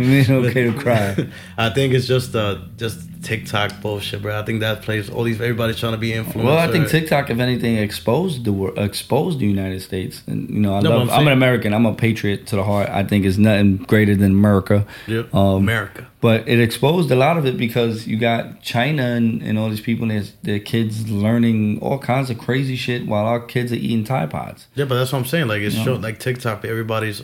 Speaker 2: ain't okay to
Speaker 1: <laughs>
Speaker 2: cry.
Speaker 1: I think it's just uh just TikTok bullshit, bro. I think that plays all these everybody's trying to be influencer.
Speaker 2: Well, I think TikTok, if anything, exposed the wor- exposed the United States. And you know, I
Speaker 1: No, but
Speaker 2: love,
Speaker 1: I'm
Speaker 2: I'm, an
Speaker 1: saying-
Speaker 2: American. I'm a patriot to the heart. I think it's nothing greater than America.
Speaker 1: Yep.
Speaker 2: Um,
Speaker 1: America.
Speaker 2: But it exposed a lot of it because you got China and, and all these people and their, their kids learning all kinds of crazy shit while our kids are eating Tide Pods.
Speaker 1: Yeah, but that's what I'm saying. Like it's short, like TikTok. Everybody's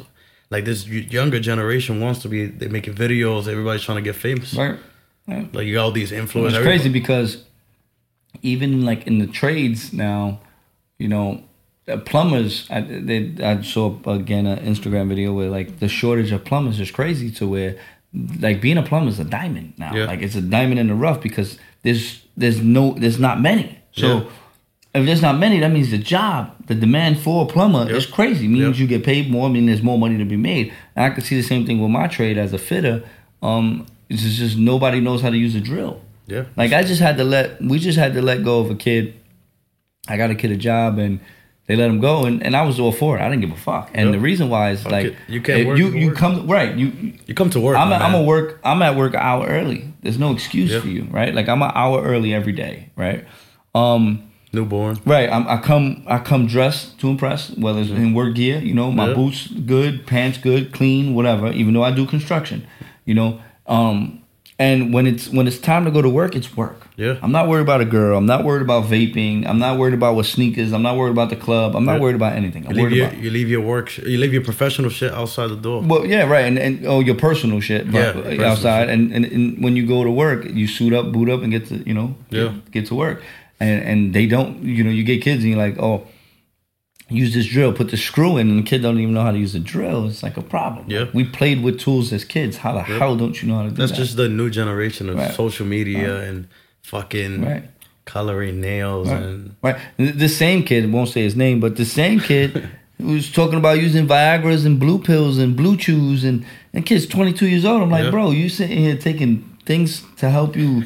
Speaker 1: like this y- younger generation wants to be. They making videos. Everybody's trying to get famous.
Speaker 2: Right? Right.
Speaker 1: Like you got all these influencers.
Speaker 2: It's crazy because even like in the trades now, you know, uh, plumbers. I, they I saw again an Instagram video where like the shortage of plumbers is crazy to where like being a plumber is a diamond now.
Speaker 1: Yeah.
Speaker 2: Like it's a diamond in the rough because there's there's no there's not many. So.
Speaker 1: Yeah.
Speaker 2: If there's not many, that means the job, the demand for a plumber is
Speaker 1: Yep.
Speaker 2: crazy.
Speaker 1: Yep.
Speaker 2: means you get paid more. I mean, there's more money to be made. And I can see the same thing with my trade as a fitter. Um, it's just, just nobody knows how to use a drill.
Speaker 1: Yeah.
Speaker 2: Like I just had to let we just had to let go of a kid. I got a kid a job and they let him go and, and I was all for it. I didn't give a fuck. And
Speaker 1: Yep.
Speaker 2: the reason why is like
Speaker 1: it. You can't
Speaker 2: eh,
Speaker 1: work,
Speaker 2: you,
Speaker 1: you
Speaker 2: you
Speaker 1: work.
Speaker 2: come right you
Speaker 1: you come to work.
Speaker 2: I'm
Speaker 1: my
Speaker 2: a, I'm
Speaker 1: man.
Speaker 2: a work. I'm at work an hour early. There's no excuse
Speaker 1: Yep.
Speaker 2: for you, right? Like I'm an hour early every day, right? Um,
Speaker 1: newborn.
Speaker 2: Right. I'm, I come I come dressed to impress, whether it's in work gear, you know, my
Speaker 1: Yeah.
Speaker 2: boots good, pants good, clean, whatever. Even though I do construction, you know. Um, and when it's when it's time to go to work, it's work.
Speaker 1: Yeah.
Speaker 2: I'm not worried about a girl. I'm not worried about vaping. I'm not worried about what sneakers. I'm not worried about the club. I'm not
Speaker 1: Yeah.
Speaker 2: worried about anything. I'm
Speaker 1: You leave,
Speaker 2: worried
Speaker 1: your,
Speaker 2: about.
Speaker 1: you leave your work. sh- You leave your professional shit outside the door.
Speaker 2: Well, yeah, right, and, and oh, your personal shit,
Speaker 1: Yeah,
Speaker 2: but
Speaker 1: personal
Speaker 2: outside, and, and and when you go to work, you suit up, boot up, and get to you know, get,
Speaker 1: Yeah.
Speaker 2: get to work, and and they don't, you know, you get kids, and you're like, oh, use this drill, put the screw in, and the kid don't even know how to use the drill. It's like a problem.
Speaker 1: Yeah.
Speaker 2: we played with tools as kids. How the hell don't you know how to do
Speaker 1: That's
Speaker 2: that?
Speaker 1: just the new generation of
Speaker 2: Right.
Speaker 1: social media and fucking
Speaker 2: Right.
Speaker 1: coloring nails and
Speaker 2: Right. Th- The same kid won't say his name, but the
Speaker 1: <laughs>
Speaker 2: same kid was talking about using Viagra's and blue pills and blue chews and and kids 22 years old. I'm like,
Speaker 1: Yeah.
Speaker 2: bro, you sitting here taking things to help
Speaker 1: <laughs>
Speaker 2: you,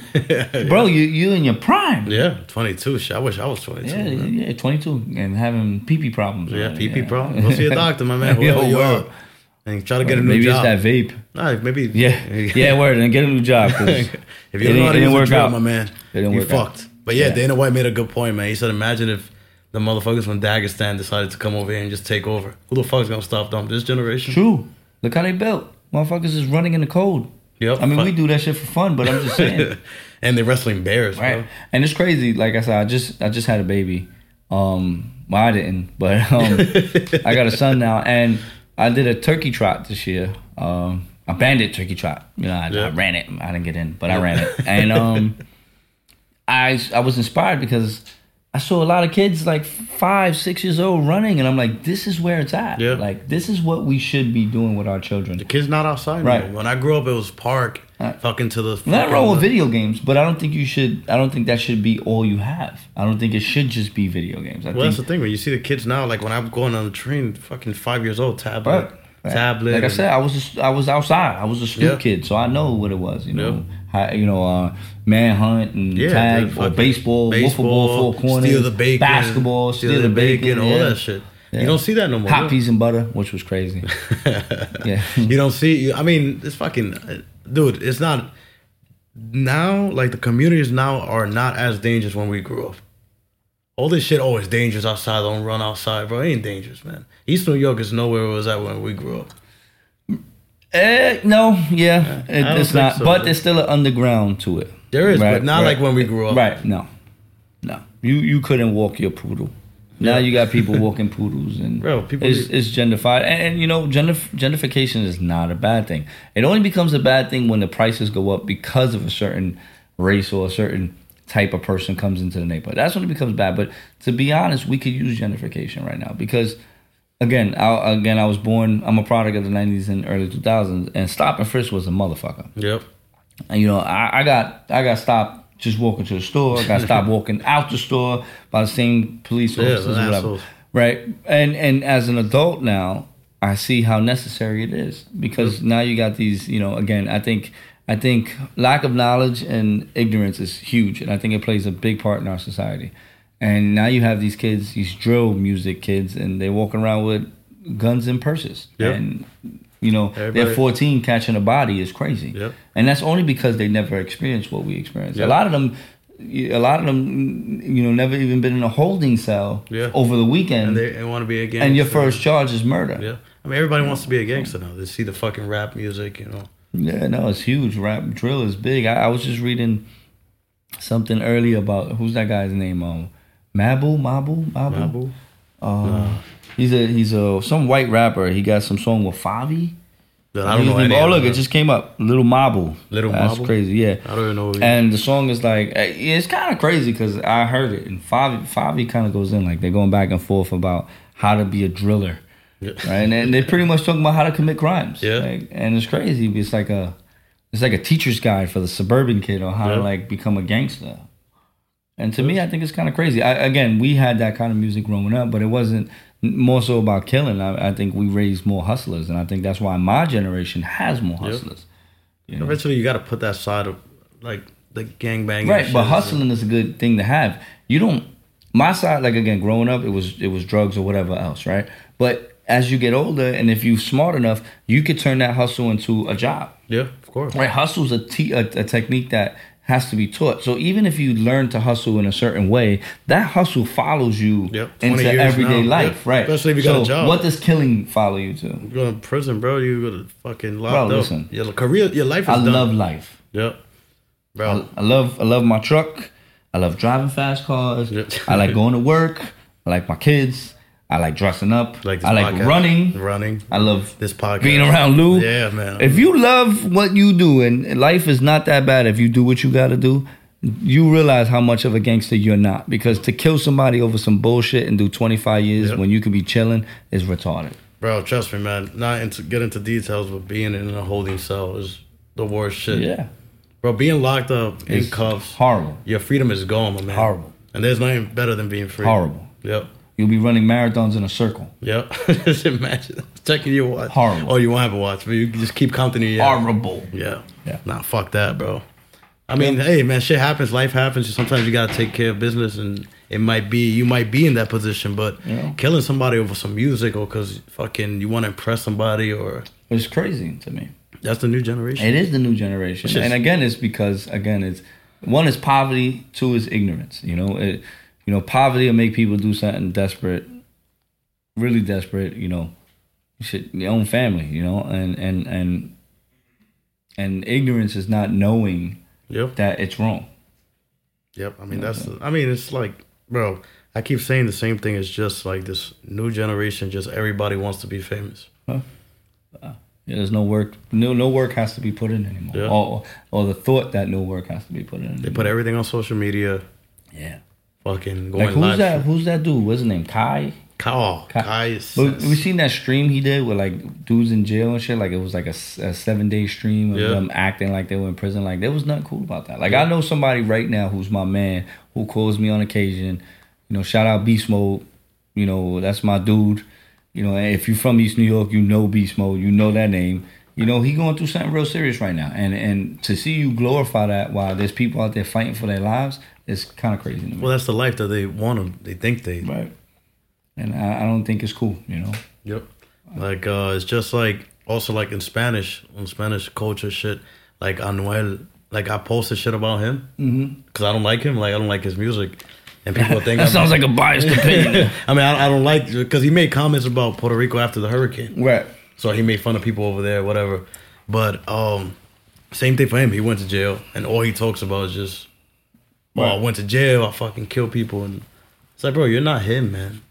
Speaker 2: bro. You you in your prime.
Speaker 1: yeah, 22. Shit, I wish I was 22.
Speaker 2: Yeah,
Speaker 1: man.
Speaker 2: yeah, 22 and having pee pee problems.
Speaker 1: Yeah,
Speaker 2: right?
Speaker 1: PP bro. Go see a doctor, my man.
Speaker 2: <laughs> Yo,
Speaker 1: Whoever you are.
Speaker 2: word.
Speaker 1: And try to get a new
Speaker 2: Maybe it's
Speaker 1: job.
Speaker 2: that vape.
Speaker 1: Nah, maybe.
Speaker 2: Yeah,
Speaker 1: <laughs>
Speaker 2: <laughs> yeah, word. And get a new job. 'cause-
Speaker 1: if you don't
Speaker 2: It
Speaker 1: know
Speaker 2: didn't-
Speaker 1: how
Speaker 2: it
Speaker 1: to
Speaker 2: didn't
Speaker 1: use a
Speaker 2: work
Speaker 1: drill,
Speaker 2: out.
Speaker 1: my man,
Speaker 2: It didn't
Speaker 1: you
Speaker 2: work out.
Speaker 1: fucked. But yeah,
Speaker 2: Yeah.
Speaker 1: Dana White made a good point, man. He said, imagine if the motherfuckers from Dagestan decided to come over here and just take over. Who the fuck's gonna stop them? This generation?
Speaker 2: True. Look how they built. Motherfuckers is running in the cold.
Speaker 1: Yep.
Speaker 2: I mean,
Speaker 1: Fuck. <laughs>
Speaker 2: we do that shit for fun, but I'm just saying.
Speaker 1: and they're wrestling bears,
Speaker 2: right?
Speaker 1: bro.
Speaker 2: And it's crazy. Like I said, I just I just had a baby. Um, well, I didn't, <laughs> but um, I got a son now, and I did a turkey trot this year. Um, a bandit turkey trot. You know, I,
Speaker 1: Yeah.
Speaker 2: I ran it. I didn't get in, but I ran
Speaker 1: <laughs>
Speaker 2: it, and um, I I was inspired because. I saw a lot of kids like five, six years old running, and I'm like, this is where it's at.
Speaker 1: Yeah.
Speaker 2: Like, this is what we should be doing with our children.
Speaker 1: The kid's not outside. Right.
Speaker 2: Right.
Speaker 1: When I grew up, it was park,
Speaker 2: Right.
Speaker 1: fucking to the.
Speaker 2: Not
Speaker 1: fucking-
Speaker 2: wrong with video games, but I don't think you should. I don't think that should be all you have. I don't think it should just be video games. I
Speaker 1: Well, that's the
Speaker 2: think
Speaker 1: thing. When you see the kids now, like when I'm going on the train, fucking five years old, tablet,
Speaker 2: Right, right.
Speaker 1: tablet.
Speaker 2: Like I
Speaker 1: and-
Speaker 2: said, I was just, I was outside. I was a street
Speaker 1: Yeah.
Speaker 2: kid, so I know what it was. You know, how, you know, uh, manhunt and
Speaker 1: Yeah,
Speaker 2: tag
Speaker 1: dude,
Speaker 2: or
Speaker 1: fucking baseball,
Speaker 2: baseball, baseball, ball, four corners,
Speaker 1: steal the bacon,
Speaker 2: basketball, steal, the, bacon,
Speaker 1: all
Speaker 2: yeah.
Speaker 1: that shit. You
Speaker 2: Yeah.
Speaker 1: don't see that no more.
Speaker 2: Hot peas and butter, which was crazy.
Speaker 1: <laughs>
Speaker 2: yeah,
Speaker 1: You don't see. I mean, it's fucking, uh, dude. It's not now. Like the communities now are not as dangerous when we grew up. All this shit, oh, it's dangerous outside. Don't run outside, bro. It ain't dangerous, man. East New York is nowhere it was at when we grew up.
Speaker 2: eh, no, yeah, it-
Speaker 1: don't
Speaker 2: it's
Speaker 1: think
Speaker 2: not.
Speaker 1: so.
Speaker 2: but there's still an underground to it.
Speaker 1: There is,
Speaker 2: Right,
Speaker 1: but not
Speaker 2: right.
Speaker 1: like when we grew up.
Speaker 2: Right. No. No. You you couldn't walk your poodle. Now you
Speaker 1: <laughs>
Speaker 2: got people walking poodles and
Speaker 1: Bro, people
Speaker 2: it's,
Speaker 1: be-
Speaker 2: it's genderfied and, and, you know gender gentrification is not a bad thing. It only becomes a bad thing when the prices go up because of a certain race or a certain type of person comes into the neighborhood. That's when it becomes bad. But to be honest, we could use gentrification right now because again, I, again I was born. I'm a product of the '90s and early 2000s, and stop and frisk was a motherfucker.
Speaker 1: Yep.
Speaker 2: And you know, I, I got I got stopped just walking to the store.
Speaker 1: <laughs>
Speaker 2: I got stopped walking out the store by the same police
Speaker 1: Yeah,
Speaker 2: officers, or whatever.
Speaker 1: assholes.
Speaker 2: Right. And and as an adult now, I see how necessary it is because now you got these. You know, again, I think I think lack of knowledge and ignorance is huge, and I think it plays a big part in our society. And now you have these kids, these drill music kids, and they're walking around with guns and purses.
Speaker 1: Yeah.
Speaker 2: And You know, they're
Speaker 1: Everybody-
Speaker 2: 14 catching a body is crazy.
Speaker 1: Yep.
Speaker 2: And that's only because they never experienced what we experienced. A
Speaker 1: Yep.
Speaker 2: lot of them a lot of them you know never even been in a holding cell
Speaker 1: Yeah.
Speaker 2: over the weekend
Speaker 1: and
Speaker 2: and,
Speaker 1: they, want to be a gangster.
Speaker 2: your first charge is murder.
Speaker 1: yeah. I mean, everybody wants to be a gangster now. They see the fucking rap music, you know.
Speaker 2: Yeah, no, it's huge. Rap drill is big. I, I was just reading something earlier about who's that guy's name? Um, Mabu, Mabu, Mabu.
Speaker 1: Mabu?
Speaker 2: Uh, He's a he's a some white rapper. He got some song with Favi.
Speaker 1: But I don't know.
Speaker 2: His name-
Speaker 1: Any
Speaker 2: oh
Speaker 1: of
Speaker 2: look,
Speaker 1: them.
Speaker 2: it just came up. Little Mabu.
Speaker 1: Little
Speaker 2: That's
Speaker 1: Mabu?
Speaker 2: crazy. Yeah.
Speaker 1: I don't even know. Who he-
Speaker 2: And the song is like eh, it's kind of crazy because I heard it and Favi Favi kind of goes in like they're going back and forth about how to be a driller,
Speaker 1: Yeah.
Speaker 2: right? And, and they're pretty much talking about how to commit crimes.
Speaker 1: Yeah.
Speaker 2: Like, and it's crazy. It's like a it's like a teacher's guide for the suburban kid on how to
Speaker 1: Yeah.
Speaker 2: like become a gangster. And to me, I think it's kind of crazy. I, again, we had that kind of music growing up, but it wasn't more so about killing. I, I think we raised more hustlers, and I think that's why my generation has more
Speaker 1: Yeah.
Speaker 2: hustlers.
Speaker 1: Eventually, you got to put that side of like the gangbanging.
Speaker 2: right
Speaker 1: shit
Speaker 2: but
Speaker 1: is-
Speaker 2: hustling is a good thing to have you don't my side like again growing up it was it was drugs or whatever else right but as you get older and if you smart enough you could turn that hustle into a job
Speaker 1: Yeah, of course.
Speaker 2: right hustle's a, te- a, a technique that has to be taught so even if you learn to hustle in a certain way that hustle follows you
Speaker 1: Yep, 20
Speaker 2: into
Speaker 1: years
Speaker 2: everyday
Speaker 1: now.
Speaker 2: life
Speaker 1: Yeah,
Speaker 2: right
Speaker 1: especially if you
Speaker 2: so
Speaker 1: got a job.
Speaker 2: what does killing follow you to
Speaker 1: You go to prison, bro. You go to fucking locked
Speaker 2: Bro,
Speaker 1: up.
Speaker 2: listen.
Speaker 1: Your career, your life is
Speaker 2: i
Speaker 1: done.
Speaker 2: love life
Speaker 1: Yep. Bro,
Speaker 2: I, I love I love my truck. I love driving fast cars.
Speaker 1: Yeah.
Speaker 2: I like going to work. I like my kids. I like dressing up.
Speaker 1: like this
Speaker 2: I like
Speaker 1: podcast.
Speaker 2: running.
Speaker 1: running.
Speaker 2: I love
Speaker 1: This podcast.
Speaker 2: being around Lou.
Speaker 1: Yeah, man.
Speaker 2: If you love what you do and life is not that bad if you do what you got to do, you realize how much of a gangster you're not because to kill somebody over some bullshit and do 25 years
Speaker 1: Yeah.
Speaker 2: when you could be chilling is retarded.
Speaker 1: Bro, trust me, man. Not into get into details, but being in a holding cell is the worst shit.
Speaker 2: Yeah.
Speaker 1: Bro, being locked up in
Speaker 2: It's
Speaker 1: cuffs,
Speaker 2: horrible.
Speaker 1: your freedom is gone, my man.
Speaker 2: Horrible.
Speaker 1: And there's nothing better than being free.
Speaker 2: Horrible.
Speaker 1: Yep.
Speaker 2: You'll be running marathons in a circle.
Speaker 1: Yep. <laughs> just imagine checking your watch.
Speaker 2: Horrible.
Speaker 1: Oh, you won't have a watch, but you can just keep counting your yeah.
Speaker 2: Horrible.
Speaker 1: Yeah.
Speaker 2: Yeah.
Speaker 1: Nah, fuck that, bro. I mean, hey, man, shit happens. Life happens. Sometimes you gotta take care of business, and it might be you might be in that position, but
Speaker 2: Yeah.
Speaker 1: killing somebody over some music or because fucking you want to impress somebody or
Speaker 2: It's crazy to me.
Speaker 1: that's the new generation.
Speaker 2: It is the new generation,
Speaker 1: It's just-
Speaker 2: and again, it's because again, it's one is poverty, two is ignorance. You know, it, you know, poverty will make people do something desperate, really desperate. You know, shit, your own family. You know, and and and and ignorance is not knowing
Speaker 1: Yep.
Speaker 2: that it's wrong.
Speaker 1: Yep. I mean, that's. I mean, it's like, bro. I keep saying the same thing. It's just like this new generation. Just everybody wants to be famous.
Speaker 2: Yeah, there's no work. No, no work has to be put in anymore,
Speaker 1: Yeah.
Speaker 2: or or the thought that no work has to be put in. Anymore.
Speaker 1: They put everything on social media.
Speaker 2: yeah.
Speaker 1: Fucking going
Speaker 2: Like who's
Speaker 1: live.
Speaker 2: that? Who's that dude? What's his name? Kai.
Speaker 1: Kyle.
Speaker 2: Ka-
Speaker 1: Kai.
Speaker 2: But we seen that stream he did with like dudes in jail and shit. Like it was like a, s- a seven day stream of
Speaker 1: Yeah.
Speaker 2: them acting like they were in prison. Like there was nothing cool about that. Like I know somebody right now who's my man who calls me on occasion. You know, shout out Beast Mode. You know, that's my dude. You know, and if you're from East New York, you know Beast Mode. You know that name. You know, he going through something real serious right now. And and to see you glorify that while there's people out there fighting for their lives, it's kind of crazy to me.
Speaker 1: well, that's the life that they want them. They think they.
Speaker 2: right. And I, I don't think it's cool. You know.
Speaker 1: Yep. Like uh, it's just like also like in Spanish on Spanish culture shit. Like Anuel. Like I posted shit about him because I don't like him. Like I don't like his music, and
Speaker 2: <laughs>
Speaker 1: people think
Speaker 2: Mm-hmm. That
Speaker 1: I'm,
Speaker 2: sounds like a biased opinion.
Speaker 1: <laughs> I mean I, I don't like because he made comments about Puerto Rico after the hurricane.
Speaker 2: Right.
Speaker 1: So he made fun of people over there, whatever. But um, same thing for him. He went to jail, and all he talks about is just, "Well, I
Speaker 2: Right.
Speaker 1: went to jail. I fucking killed people." And it's like, bro, you're not him, man.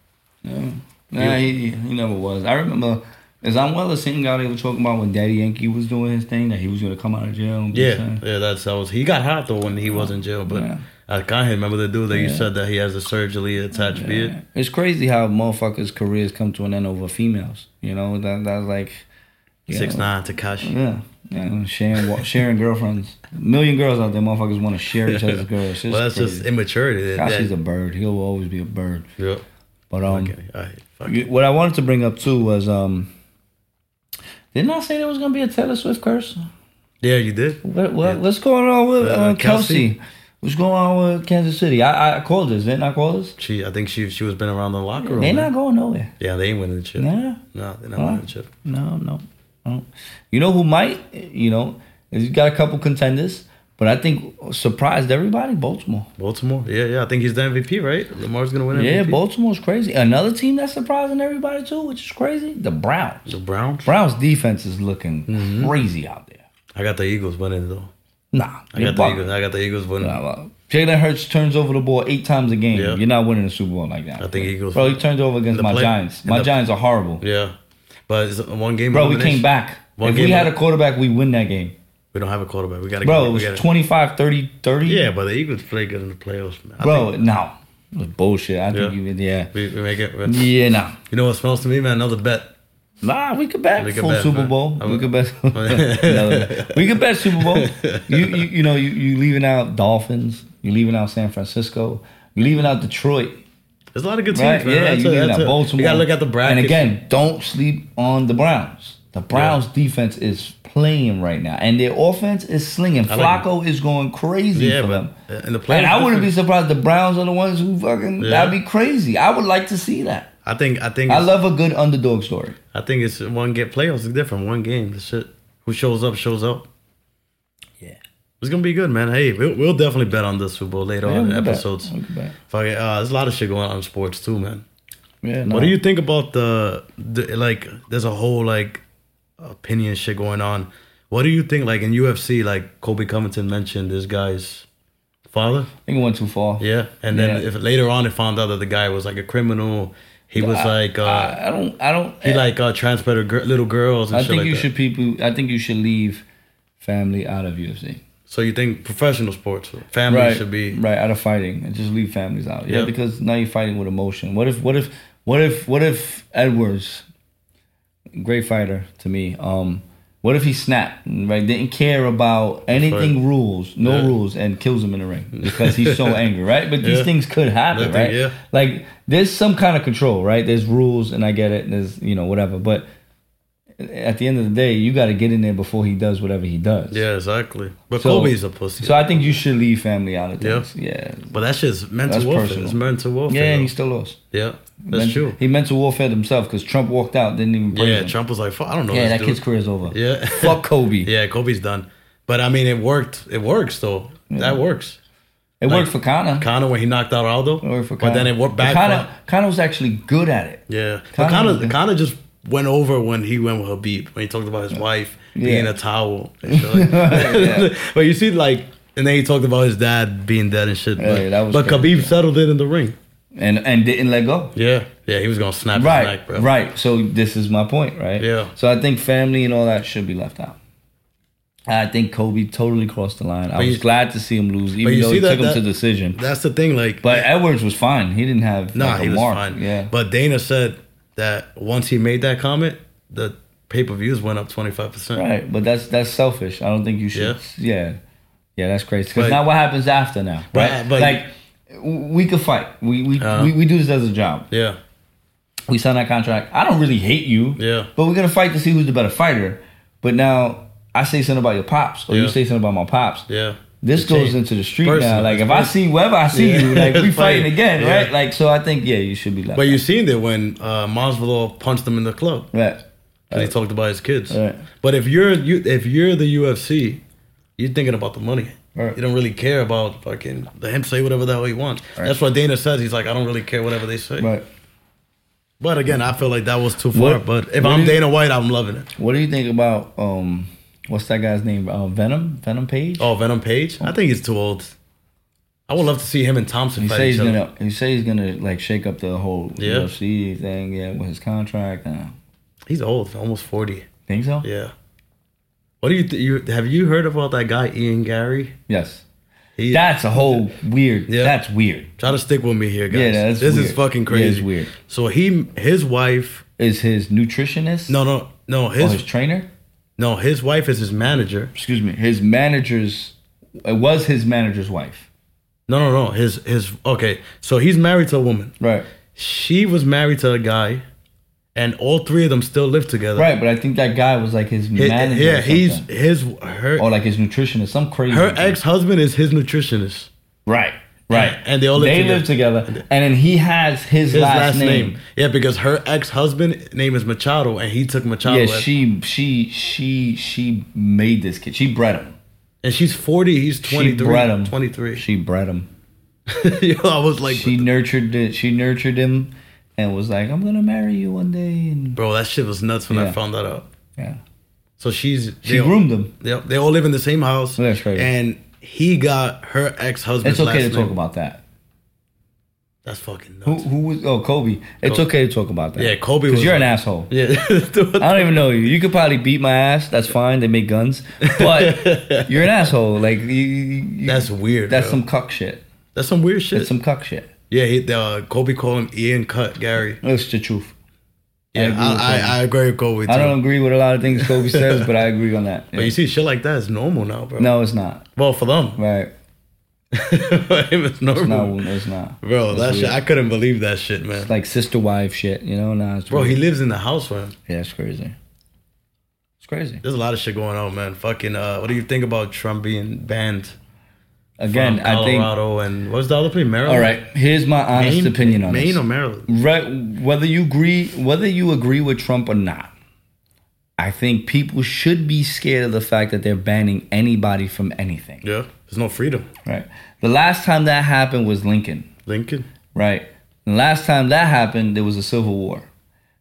Speaker 2: Yeah. Nah, he, he never was. I remember, as I'm well as seeing out, they were talking about when Daddy Yankee was doing his thing that he was going to come out of jail. And be
Speaker 1: Yeah,
Speaker 2: something.
Speaker 1: yeah. That's that was. He got hot though when he was in jail. But
Speaker 2: Yeah.
Speaker 1: I kind of remember the dude that you
Speaker 2: Yeah.
Speaker 1: said that he has a surgically attached beard.
Speaker 2: It's crazy how motherfuckers' careers come to an end over females. You know, that that's like. you
Speaker 1: Six
Speaker 2: know,
Speaker 1: nine Takashi.
Speaker 2: Yeah. Yeah, sharing wa- sharing girlfriends, million girls out there, motherfuckers want to share each other's girls.
Speaker 1: <laughs>
Speaker 2: It's
Speaker 1: well, that's
Speaker 2: crazy.
Speaker 1: just immaturity. That,
Speaker 2: Kashi's
Speaker 1: that,
Speaker 2: a bird. He'll always be a bird.
Speaker 1: yeah.
Speaker 2: But um,
Speaker 1: Okay. All right. Fuck.
Speaker 2: You- What I wanted to bring up too was um, didn't I say there was gonna be a Taylor Swift curse?
Speaker 1: Yeah, you did.
Speaker 2: What, what what's going on with
Speaker 1: Uh,
Speaker 2: uh, Kelsey?
Speaker 1: Kelsey?
Speaker 2: What's going on with Kansas City? I, I called this, didn't I call this?
Speaker 1: She, I think she, she was been around the locker room.
Speaker 2: They're
Speaker 1: man.
Speaker 2: not going nowhere.
Speaker 1: Yeah, they ain't winning the chip.
Speaker 2: Nah.
Speaker 1: No, they're not
Speaker 2: Huh?
Speaker 1: winning the chip.
Speaker 2: No, no. You know who might? You know, you got a couple contenders, but I think surprised everybody. Baltimore.
Speaker 1: Baltimore. Yeah, yeah. I think he's the MVP, right? Lamar's gonna win MVP.
Speaker 2: Yeah, Baltimore's crazy. Another team that's surprising everybody too, which is crazy. The Browns.
Speaker 1: The Browns.
Speaker 2: Browns defense is looking crazy out there.
Speaker 1: I got the Eagles winning though.
Speaker 2: Nah,
Speaker 1: Mm-hmm. I
Speaker 2: you're
Speaker 1: got the
Speaker 2: bugging.
Speaker 1: Eagles. I got the Eagles winning.
Speaker 2: Nah, well, Jalen Hurts turns over the ball eight times a game.
Speaker 1: Yeah.
Speaker 2: You're not winning the Super Bowl like that.
Speaker 1: I think Eagles-
Speaker 2: Bro, he turned over against
Speaker 1: the
Speaker 2: my
Speaker 1: play-
Speaker 2: Giants.
Speaker 1: in
Speaker 2: My
Speaker 1: the-
Speaker 2: Giants are horrible.
Speaker 1: Yeah, but it's a one game.
Speaker 2: Bro, we
Speaker 1: elimination.
Speaker 2: came back.
Speaker 1: One
Speaker 2: if
Speaker 1: game
Speaker 2: we had
Speaker 1: elimi-
Speaker 2: a quarterback, we win that game.
Speaker 1: We don't have a quarterback. We gotta.
Speaker 2: Bro, it
Speaker 1: we
Speaker 2: was
Speaker 1: gotta-
Speaker 2: 25, 30, 30.
Speaker 1: Yeah, but the Eagles play good in the playoffs, man. I
Speaker 2: Bro, no. It was bullshit. I
Speaker 1: Yeah.
Speaker 2: think you, yeah.
Speaker 1: think we, we make it.
Speaker 2: Yeah, nah.
Speaker 1: You know what smells to me, man? Another bet.
Speaker 2: Nah, we could bet
Speaker 1: We could
Speaker 2: full
Speaker 1: bet,
Speaker 2: Super
Speaker 1: man.
Speaker 2: Bowl.
Speaker 1: I
Speaker 2: we
Speaker 1: would- <laughs>
Speaker 2: could bet. <laughs> No, we could bet Super Bowl. You, you you know you you leaving out Dolphins. You leaving out San Francisco. You leaving out Detroit.
Speaker 1: There's a lot of good teams,
Speaker 2: Right?
Speaker 1: man.
Speaker 2: yeah,
Speaker 1: That's
Speaker 2: you
Speaker 1: it,
Speaker 2: leaving
Speaker 1: that's
Speaker 2: out
Speaker 1: it.
Speaker 2: Baltimore.
Speaker 1: You gotta look at the bracket.
Speaker 2: And again, don't sleep on the Browns. The Browns defense is playing right now, and their offense is slinging.
Speaker 1: I like-
Speaker 2: Flacco is going crazy
Speaker 1: yeah,
Speaker 2: for
Speaker 1: but uh,
Speaker 2: them.
Speaker 1: in the playoffs,
Speaker 2: And I wouldn't be surprised. The Browns are the ones who fucking.
Speaker 1: Yeah.
Speaker 2: That'd be crazy. I would like to see that.
Speaker 1: I think I think
Speaker 2: I
Speaker 1: it's-
Speaker 2: love a good underdog story.
Speaker 1: I think it's one get playoffs is different. One game, the shit. Who shows up shows up.
Speaker 2: Yeah.
Speaker 1: It's gonna be good, man. Hey, we'll, we'll definitely bet on this Super Bowl later
Speaker 2: Yeah,
Speaker 1: on
Speaker 2: we
Speaker 1: in
Speaker 2: could bet.
Speaker 1: episodes.
Speaker 2: We could bet.
Speaker 1: Fuck it, uh, there's a lot of shit going on in sports too, man.
Speaker 2: Yeah, no.
Speaker 1: What do you think about the, the like? There's a whole like opinion shit going on. What do you think? Like in UFC, like Kobe Covington mentioned this guy's father.
Speaker 2: I think it went too far.
Speaker 1: Yeah, and then
Speaker 2: Yeah.
Speaker 1: if later on they found out that the guy was like a criminal, he was like uh,
Speaker 2: I, I don't. I don't.
Speaker 1: he like uh, transported gir- little girls and
Speaker 2: I
Speaker 1: shit
Speaker 2: think
Speaker 1: like
Speaker 2: you
Speaker 1: that.
Speaker 2: should people. I think you should leave family out of UFC.
Speaker 1: So you think professional sports, family
Speaker 2: Right.
Speaker 1: should be
Speaker 2: right out of fighting and just leave families out. Yeah,
Speaker 1: Yeah.
Speaker 2: because now you're fighting with emotion. What if? What if? What if? What if Edwards, great fighter to me. Um, what if he snapped? Right, didn't care about anything rules, no
Speaker 1: Yeah.
Speaker 2: rules, and kills him in
Speaker 1: <laughs>
Speaker 2: the ring because he's so angry. Right, but these
Speaker 1: Yeah.
Speaker 2: things could happen.
Speaker 1: Nothing,
Speaker 2: right,
Speaker 1: yeah.
Speaker 2: like there's some kind of control. Right, there's rules, and I get it. There's you know whatever, but. At the end of the day, you got to get in there before he does whatever he does.
Speaker 1: yeah, exactly. But
Speaker 2: So-
Speaker 1: Kobe's a pussy.
Speaker 2: So I think you should leave family out of things. Yeah.
Speaker 1: but that shit's mental
Speaker 2: That's
Speaker 1: warfare.
Speaker 2: personal.
Speaker 1: It's mental warfare.
Speaker 2: Yeah,
Speaker 1: Yeah,
Speaker 2: and he still lost.
Speaker 1: yeah, that's
Speaker 2: Men-
Speaker 1: true.
Speaker 2: He mental warfare himself because Trump walked out, didn't even praise
Speaker 1: Yeah,
Speaker 2: him.
Speaker 1: Trump was like, "Fuck, I don't know."
Speaker 2: yeah,
Speaker 1: this
Speaker 2: that
Speaker 1: dude."
Speaker 2: kid's career's over.
Speaker 1: Yeah. <laughs>
Speaker 2: <laughs> Fuck Kobe.
Speaker 1: Yeah, Kobe's done. But I mean, it worked. It works though. That works.
Speaker 2: It
Speaker 1: Like,
Speaker 2: worked for Connor.
Speaker 1: Connor when he knocked out Aldo.
Speaker 2: It worked for Connor.
Speaker 1: but then it worked
Speaker 2: But
Speaker 1: back.
Speaker 2: Connor,
Speaker 1: for-
Speaker 2: Connor was actually good at it.
Speaker 1: yeah, but
Speaker 2: Connor-
Speaker 1: Connor Connor just went over when he went with Habib when he talked about his wife being
Speaker 2: Yeah.
Speaker 1: a towel.
Speaker 2: <laughs>
Speaker 1: and shit like- <laughs> but you see, like, and then he talked about his dad being dead and shit. but
Speaker 2: Yeah, that was
Speaker 1: but
Speaker 2: crazy,
Speaker 1: Khabib settled it in the ring.
Speaker 2: And and didn't let go.
Speaker 1: Yeah, yeah, he was gonna snap
Speaker 2: Right.
Speaker 1: his neck, bro.
Speaker 2: Right. So this is my point, right?
Speaker 1: Yeah.
Speaker 2: So I think family and all that should be left out. I think Kobe totally crossed the line. I
Speaker 1: you-
Speaker 2: was glad to see him lose, even
Speaker 1: you
Speaker 2: though
Speaker 1: see
Speaker 2: he
Speaker 1: that-
Speaker 2: took him
Speaker 1: that-
Speaker 2: to decision.
Speaker 1: That's the thing, like,
Speaker 2: But Edwards was fine. He didn't have
Speaker 1: nah,
Speaker 2: like, a
Speaker 1: he was
Speaker 2: mark.
Speaker 1: fine.
Speaker 2: Yeah.
Speaker 1: but Dana said that once he made that comment, the pay per views went up twenty five percent.
Speaker 2: Right, but that's that's selfish. I don't think you should. Yeah, yeah, that's crazy. Because
Speaker 1: But-
Speaker 2: now what happens after now,
Speaker 1: But-
Speaker 2: right?
Speaker 1: but-
Speaker 2: like w- we could fight. We we,
Speaker 1: Uh-huh.
Speaker 2: we we do this as a job.
Speaker 1: Yeah,
Speaker 2: We sign that contract. I don't really hate you.
Speaker 1: Yeah.
Speaker 2: But we're gonna fight to see who's the better fighter. But now I say something about your pops, or
Speaker 1: Yeah.
Speaker 2: you say something about my pops.
Speaker 1: yeah.
Speaker 2: This
Speaker 1: It
Speaker 2: goes
Speaker 1: changed.
Speaker 2: into the street now.
Speaker 1: Personal.
Speaker 2: Like
Speaker 1: It's
Speaker 2: if I
Speaker 1: personal.
Speaker 2: see whoever I see
Speaker 1: Yeah.
Speaker 2: you, like we
Speaker 1: <laughs> It's
Speaker 2: fighting
Speaker 1: fighting.
Speaker 2: again,
Speaker 1: Yeah.
Speaker 2: right? Like so, I think yeah, you should be left.
Speaker 1: But you seen it when uh, Masvidal punched him in the club.
Speaker 2: right.
Speaker 1: And he talked about his kids.
Speaker 2: Right.
Speaker 1: But if you're you if you're the UFC, you're thinking about the money.
Speaker 2: Right.
Speaker 1: You don't really care about fucking let him say whatever the hell he wants.
Speaker 2: Right.
Speaker 1: That's what Dana says. He's like, I don't really care whatever they say.
Speaker 2: Right.
Speaker 1: But again, I feel like that was too far.
Speaker 2: What-
Speaker 1: but if
Speaker 2: what
Speaker 1: I'm
Speaker 2: do you-
Speaker 1: Dana White, I'm loving it.
Speaker 2: What do you think about um? What's that guy's name? Uh, Venom. Venom Page.
Speaker 1: Oh, Venom Page? I think he's too old. I would love to see him and Thompson
Speaker 2: He
Speaker 1: fight
Speaker 2: say
Speaker 1: each
Speaker 2: he's
Speaker 1: other.
Speaker 2: gonna. He say he's gonna like shake up the whole
Speaker 1: Yeah.
Speaker 2: UFC thing. Yeah, with his contract. Uh,
Speaker 1: He's old, almost forty.
Speaker 2: think so?
Speaker 1: Yeah. What do you th- you have you heard about that guy Ian Gary?
Speaker 2: Yes.
Speaker 1: He
Speaker 2: That's a whole weird.
Speaker 1: Yeah.
Speaker 2: That's weird.
Speaker 1: try to stick with me here, guys.
Speaker 2: Yeah, that's
Speaker 1: this is
Speaker 2: weird.
Speaker 1: fucking
Speaker 2: Yeah,
Speaker 1: crazy.
Speaker 2: it's weird.
Speaker 1: So he his wife
Speaker 2: Is his nutritionist?
Speaker 1: No, no, no.
Speaker 2: Or
Speaker 1: His,
Speaker 2: Oh, his trainer?
Speaker 1: no, his wife is his manager.
Speaker 2: Excuse me. His manager's. It was his manager's wife.
Speaker 1: No, no, no. His his okay. So he's married to a woman.
Speaker 2: Right.
Speaker 1: She was married to a guy, and all three of them still live together.
Speaker 2: Right, but I think that guy was like his
Speaker 1: Hi-
Speaker 2: manager.
Speaker 1: yeah,
Speaker 2: or
Speaker 1: he's
Speaker 2: something.
Speaker 1: his her
Speaker 2: or like his nutritionist. Some crazy.
Speaker 1: her
Speaker 2: thing.
Speaker 1: ex husband is his nutritionist.
Speaker 2: Right. Right.
Speaker 1: And they all live
Speaker 2: they
Speaker 1: together.
Speaker 2: live together. And then he has his,
Speaker 1: His
Speaker 2: last,
Speaker 1: last
Speaker 2: name.
Speaker 1: name. Yeah, because her ex husband name is Machado, and he took Machado.
Speaker 2: Yeah,
Speaker 1: as-
Speaker 2: she she she she made this kid. She bred him.
Speaker 1: and she's forty. He's
Speaker 2: She
Speaker 1: 23,
Speaker 2: bred him.
Speaker 1: 23.
Speaker 2: She bred him.
Speaker 1: <laughs> Yo, I was like,
Speaker 2: She nurtured it. She nurtured him, and was like, "I'm gonna marry you one day." And
Speaker 1: bro, that shit was nuts when I
Speaker 2: Yeah.
Speaker 1: found that out.
Speaker 2: yeah,
Speaker 1: So she's
Speaker 2: she
Speaker 1: they-
Speaker 2: groomed him.
Speaker 1: They, they all live in the same house.
Speaker 2: That's crazy.
Speaker 1: And he got her ex husband's
Speaker 2: It's
Speaker 1: last
Speaker 2: okay to
Speaker 1: name.
Speaker 2: talk about that.
Speaker 1: That's fucking nuts.
Speaker 2: Who, who was? Oh, Kobe. It's
Speaker 1: Kobe.
Speaker 2: okay to talk about that.
Speaker 1: Yeah, Kobe
Speaker 2: Because
Speaker 1: was
Speaker 2: you're an
Speaker 1: like-
Speaker 2: asshole.
Speaker 1: <laughs> Yeah.
Speaker 2: I don't even know you. You could probably beat my ass. That's fine. They make guns,
Speaker 1: <laughs>
Speaker 2: but you're an asshole. Like you, you, you-
Speaker 1: That's weird.
Speaker 2: That's
Speaker 1: bro.
Speaker 2: some cuck shit.
Speaker 1: That's some weird
Speaker 2: That's
Speaker 1: shit.
Speaker 2: some cuck shit.
Speaker 1: yeah, he, uh, Kobe called him Ian Cut Gary.
Speaker 2: That's the truth.
Speaker 1: Yeah,
Speaker 2: agree with
Speaker 1: I,
Speaker 2: Kobe.
Speaker 1: I, I agree with Kobe too.
Speaker 2: I don't agree with a lot of things Kobe says, but I agree on that.
Speaker 1: But you see, shit like that is normal now, bro.
Speaker 2: No, it's not.
Speaker 1: Well, for them, <laughs>
Speaker 2: Right.
Speaker 1: it was
Speaker 2: No,
Speaker 1: normal,
Speaker 2: it's not.
Speaker 1: bro.
Speaker 2: It's
Speaker 1: that shit,
Speaker 2: weird.
Speaker 1: I couldn't believe that shit, man.
Speaker 2: It's like sister wife shit, you know? Nah, it's
Speaker 1: Bro,
Speaker 2: weird.
Speaker 1: he lives in the house with him.
Speaker 2: Yeah, it's crazy. It's crazy.
Speaker 1: There's a lot of shit going on, man. Fucking, uh, what do you think about Trump being banned
Speaker 2: Again,
Speaker 1: from
Speaker 2: I think.
Speaker 1: Colorado and what's the other place? Maryland.
Speaker 2: All right, here's my honest
Speaker 1: Maine,
Speaker 2: opinion on
Speaker 1: Maine
Speaker 2: this.
Speaker 1: or Maryland.
Speaker 2: Right, whether you agree, whether you agree with Trump or not, I think people should be scared of the fact that they're banning anybody from anything.
Speaker 1: Yeah, there's no freedom.
Speaker 2: Right. The last time that happened was Lincoln.
Speaker 1: Lincoln.
Speaker 2: Right. And last time that happened, there was a civil war.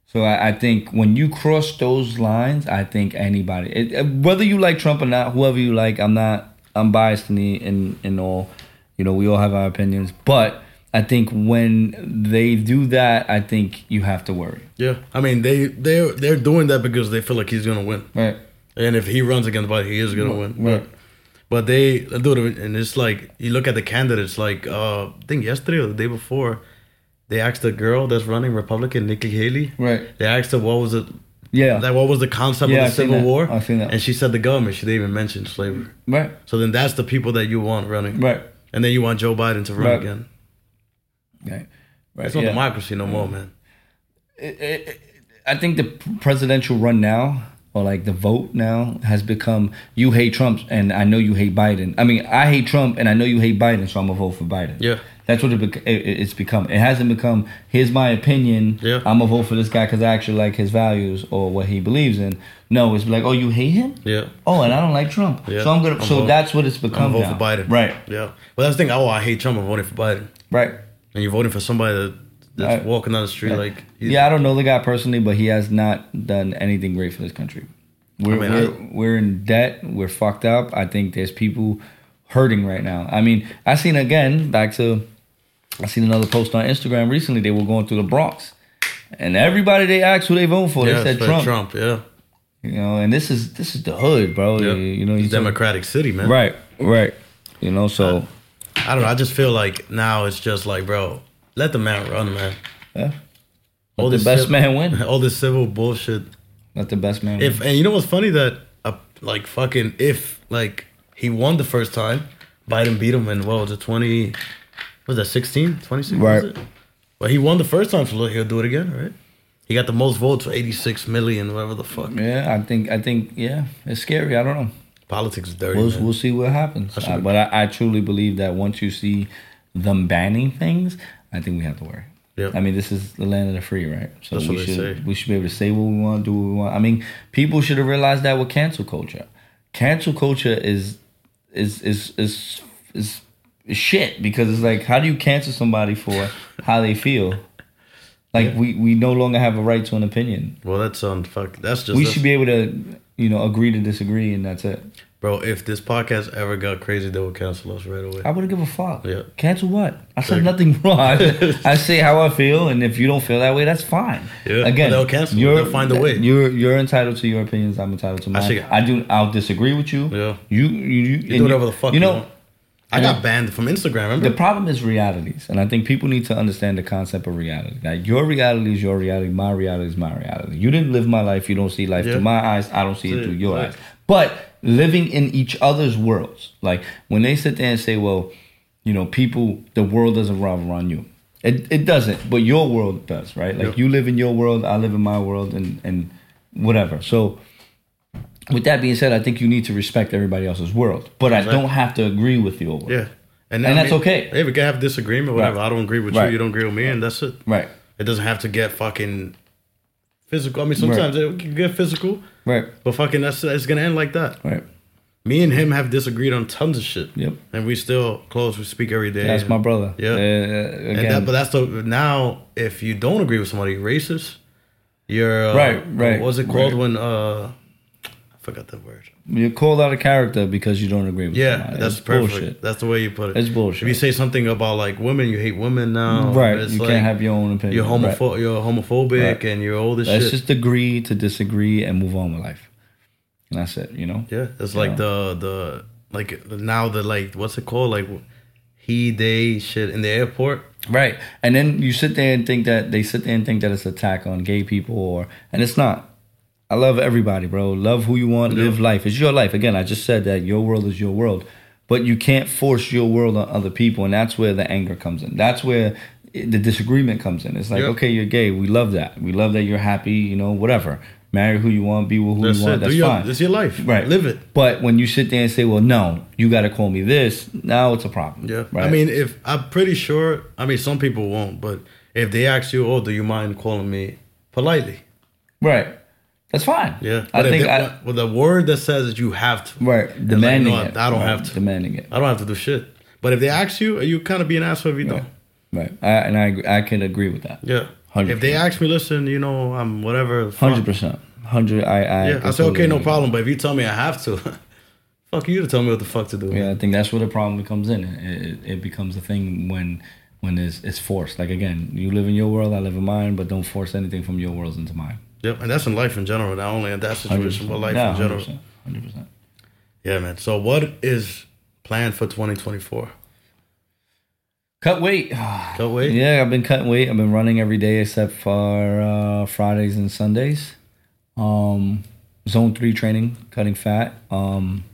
Speaker 2: So I, I think when you cross those lines, I think anybody, it, it- whether you like Trump or not, whoever you like, I'm not, I'm biased in the, in, in all, you know, we all have our opinions. But I think when they do that, I think you have to worry.
Speaker 1: Yeah, I mean they they they're doing that because they feel like he's gonna win,
Speaker 2: Right.
Speaker 1: and if he runs against Biden, he is gonna win.
Speaker 2: Right.
Speaker 1: But they dude, and it's like you look at the candidates. Like uh, I think yesterday or the day before, they asked the girl that's running Republican, Nikki Haley.
Speaker 2: Right.
Speaker 1: They asked her what was it.
Speaker 2: Yeah.
Speaker 1: Like what was the concept
Speaker 2: Yeah,
Speaker 1: of
Speaker 2: I've
Speaker 1: the
Speaker 2: seen
Speaker 1: Civil
Speaker 2: that.
Speaker 1: War?
Speaker 2: I've seen that.
Speaker 1: And she said the government. She didn't even mention slavery.
Speaker 2: right.
Speaker 1: So then that's the people that you want running.
Speaker 2: Right.
Speaker 1: And then you want Joe Biden to run
Speaker 2: Right.
Speaker 1: again.
Speaker 2: Right. Right.
Speaker 1: It's no
Speaker 2: yeah.
Speaker 1: democracy no more, man.
Speaker 2: I think the presidential run now, or like the vote now, has become you hate Trump and I know you hate Biden. I mean, I hate Trump and I know you hate Biden, so I'm gonna vote for Biden.
Speaker 1: Yeah.
Speaker 2: that's what it bec- it- it- it's become. It hasn't become here's my opinion.
Speaker 1: Yeah.
Speaker 2: I'm gonna vote for this guy because I actually like his values or what he believes in. No, it's like oh you hate him.
Speaker 1: Yeah.
Speaker 2: Oh, and I don't like Trump,
Speaker 1: Yeah.
Speaker 2: so I'm gonna.
Speaker 1: I'm
Speaker 2: so
Speaker 1: vote-
Speaker 2: that's what it's
Speaker 1: I'm
Speaker 2: become.
Speaker 1: voting
Speaker 2: now.
Speaker 1: for Biden.
Speaker 2: Right.
Speaker 1: Yeah. But that's the thing. Oh, I hate Trump. I'm voting for Biden.
Speaker 2: Right.
Speaker 1: and you're voting for somebody that, that's
Speaker 2: Right.
Speaker 1: walking down the street like he's-
Speaker 2: Yeah, I don't know the guy personally, but he has not done anything great for this country. We're,
Speaker 1: mean,
Speaker 2: we're, we're in debt. We're fucked up. I think there's people hurting right now. I mean, I seen again back to, I seen another post on Instagram recently. They were going through the Bronx, and everybody they asked who they voting for,
Speaker 1: yeah,
Speaker 2: they said
Speaker 1: for
Speaker 2: Trump.
Speaker 1: Trump, yeah,
Speaker 2: You know, and this is this is the hood, bro.
Speaker 1: yeah.
Speaker 2: You know, you
Speaker 1: It's
Speaker 2: talk-
Speaker 1: democratic city, man.
Speaker 2: Right, right. You know, so
Speaker 1: I don't know. I just feel like now it's just like, bro, let the man run, man.
Speaker 2: yeah.
Speaker 1: All
Speaker 2: let the
Speaker 1: this
Speaker 2: best
Speaker 1: civ- <laughs>
Speaker 2: man win.
Speaker 1: All this civil bullshit.
Speaker 2: Let the best man.
Speaker 1: If and you know what's funny that uh, like fucking if like he won the first time, Biden beat him in what was it twenty? what Was that 16? 26?
Speaker 2: Right.
Speaker 1: Was it? But he won the first time, so he'll do it again, right? He got the most votes, eighty six million, whatever the fuck.
Speaker 2: win. Yeah, I think I think yeah, it's scary. I don't know.
Speaker 1: Politics is dirty.
Speaker 2: We'll,
Speaker 1: man.
Speaker 2: we'll see what happens. Uh, but I, I truly believe that once you see them banning things, I think we have to worry.
Speaker 1: Yeah.
Speaker 2: I mean, this is the land of the free, right? So
Speaker 1: That's
Speaker 2: we
Speaker 1: what they
Speaker 2: should
Speaker 1: say.
Speaker 2: we should be able to say what we want, do what we want. I mean, people should have realized that with cancel culture. Cancel culture is is is is is, is shit because it's like, how do you cancel somebody for how they feel? Like we we no longer have a right to an opinion.
Speaker 1: Well, that's on fuck. That's just
Speaker 2: We
Speaker 1: that's-
Speaker 2: should be able to, you know, agree to disagree, and that's it.
Speaker 1: bro. If this podcast ever got crazy, they would cancel us right away.
Speaker 2: I wouldn't give a fuck.
Speaker 1: Yeah.
Speaker 2: Cancel what? I said
Speaker 1: Like- <laughs>
Speaker 2: nothing wrong. I, I say how I feel, and if you don't feel that way, that's fine.
Speaker 1: Yeah,
Speaker 2: Again,
Speaker 1: they'll cancel.
Speaker 2: you're-
Speaker 1: They'll find a way.
Speaker 2: You're you're entitled to your opinions. I'm entitled to mine. I,
Speaker 1: see-
Speaker 2: do. I'll disagree with you.
Speaker 1: Yeah.
Speaker 2: You you you, and
Speaker 1: do whatever the fuck you
Speaker 2: You know.
Speaker 1: want. I
Speaker 2: Yeah.
Speaker 1: got banned from Instagram. Remember?
Speaker 2: The problem is realities, and I think people need to understand the concept of reality. That your reality is your reality, my reality is my reality. You didn't live my life, you don't see life
Speaker 1: Yeah.
Speaker 2: through my eyes, I don't see it
Speaker 1: Yeah,
Speaker 2: through your
Speaker 1: right.
Speaker 2: eyes. But living in each other's worlds, like when they sit there and say, well, you know, people, the world doesn't revolve around you. It, it doesn't, but your world does, right? Like
Speaker 1: Yeah.
Speaker 2: you live in your world, I live in my world, and, and whatever. So, with that being said, I think you need to respect everybody else's world, but I don't have to agree with your world.
Speaker 1: yeah,
Speaker 2: And
Speaker 1: I
Speaker 2: that's
Speaker 1: mean,
Speaker 2: okay.
Speaker 1: Hey, we can have disagreement, whatever.
Speaker 2: Right.
Speaker 1: I don't agree with
Speaker 2: Right.
Speaker 1: you, you don't agree with me, and that's it.
Speaker 2: Right.
Speaker 1: It doesn't have to get fucking physical. I mean, sometimes it can get physical,
Speaker 2: Right.
Speaker 1: but fucking that's it's gonna end like that.
Speaker 2: Right.
Speaker 1: Me and him have disagreed on tons of shit.
Speaker 2: Yep.
Speaker 1: And we still close. We speak every day.
Speaker 2: That's my brother.
Speaker 1: Yeah.
Speaker 2: Uh,
Speaker 1: And
Speaker 2: again.
Speaker 1: that, but that's the now. If you don't agree with somebody, you're racist. You're uh,
Speaker 2: Right, right,
Speaker 1: What's it called
Speaker 2: right.
Speaker 1: when uh, I forgot the word.
Speaker 2: You're called out of character because you don't agree with
Speaker 1: Yeah,
Speaker 2: somebody.
Speaker 1: that's
Speaker 2: It's
Speaker 1: perfect.
Speaker 2: bullshit.
Speaker 1: That's the way you put it.
Speaker 2: It's bullshit.
Speaker 1: If you say something about like women, you hate women now.
Speaker 2: right.
Speaker 1: Um, It's
Speaker 2: You
Speaker 1: like,
Speaker 2: can't have your own opinion.
Speaker 1: You're
Speaker 2: Right.
Speaker 1: homopho- You're homophobic,
Speaker 2: Right.
Speaker 1: and you're all this
Speaker 2: Let's
Speaker 1: shit.
Speaker 2: just agree to disagree and move on with life. And that's it, you know?
Speaker 1: yeah, it's like the the like now the like what's it called like he they shit in the airport.
Speaker 2: Right. And then you sit there and think that they sit there and think that it's attack on gay people or and it's not. I love everybody, bro. Love who you want, live life. It's your life. Again, I just said that your world is your world. But you can't force your world on other people and that's where the anger comes in. That's where it- the disagreement comes in. It's like,
Speaker 1: Yeah.
Speaker 2: okay, you're gay. We love that. We love that you're happy, you know, whatever. Marry who you want, be with who
Speaker 1: That's
Speaker 2: you want.
Speaker 1: it.
Speaker 2: That's
Speaker 1: Do your,
Speaker 2: fine.
Speaker 1: It's your life.
Speaker 2: Right.
Speaker 1: Live it.
Speaker 2: But when you sit there and say, well, no, you got to call me this, now it's a problem.
Speaker 1: Yeah.
Speaker 2: Right.
Speaker 1: I mean, if I'm pretty sure, I mean, some people won't, but if they ask you, oh, do you mind calling me politely?
Speaker 2: right. That's fine.
Speaker 1: Yeah.
Speaker 2: I
Speaker 1: But if
Speaker 2: think
Speaker 1: they-
Speaker 2: I,
Speaker 1: with a word that says that you have to.
Speaker 2: Right.
Speaker 1: like,
Speaker 2: Demanding
Speaker 1: no,
Speaker 2: it.
Speaker 1: I don't
Speaker 2: Right.
Speaker 1: have to.
Speaker 2: Demanding it.
Speaker 1: I don't have to do shit. But if they ask you, you kind of be an asshole if you don't.
Speaker 2: Right. I, and I, agree- I can agree with that.
Speaker 1: Yeah.
Speaker 2: 100%.
Speaker 1: If they ask me, listen, you know, I'm whatever. fuck."
Speaker 2: 100%. 100 I, I,
Speaker 1: Yeah. I say,
Speaker 2: totally
Speaker 1: okay, no
Speaker 2: agree.
Speaker 1: problem. But if you tell me I have to, <laughs> fuck you to tell me what the fuck to do.
Speaker 2: Yeah, I think that's where the problem comes in. It, it, it becomes a thing when when it's, it's forced. Like, again, you live in your world, I live in mine, but don't force anything from your world into mine.
Speaker 1: Yep. And that's in life in general, not only in that situation, but life
Speaker 2: Yeah,
Speaker 1: in general.
Speaker 2: 100%. 100%.
Speaker 1: Yeah, man. So what is planned for 2024?
Speaker 2: Cut weight. Ah,
Speaker 1: Cut weight?
Speaker 2: Yeah, I've been cutting weight. I've been running every day except for uh, Fridays and Sundays. Um, zone three training, cutting fat. Um,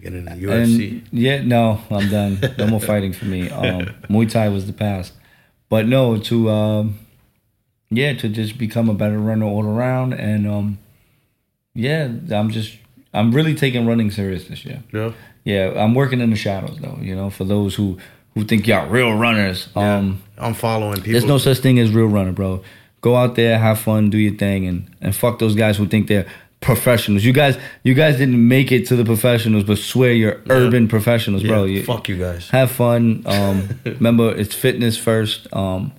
Speaker 1: Get in the
Speaker 2: and
Speaker 1: UFC.
Speaker 2: yeah, no, I'm done. No more fighting for me. Um, Muay Thai was the past, but no, to um, yeah, to just become a better runner all around, and um, yeah, I'm just I'm really taking running serious this year.
Speaker 1: yeah.
Speaker 2: Yeah, I'm working in the shadows though. You know, for those who who think y'all real runners. Um,
Speaker 1: I'm following people.
Speaker 2: There's no such thing as real runner, bro. Go out there, have fun, do your thing, and and fuck those guys who think they're professionals. You guys, you guys didn't make it to the professionals, but swear you're urban professionals,
Speaker 1: Yeah,
Speaker 2: bro. You,
Speaker 1: fuck you
Speaker 2: <laughs>
Speaker 1: guys.
Speaker 2: Have fun.
Speaker 1: <laughs>
Speaker 2: Um, remember, it's fitness first. Um,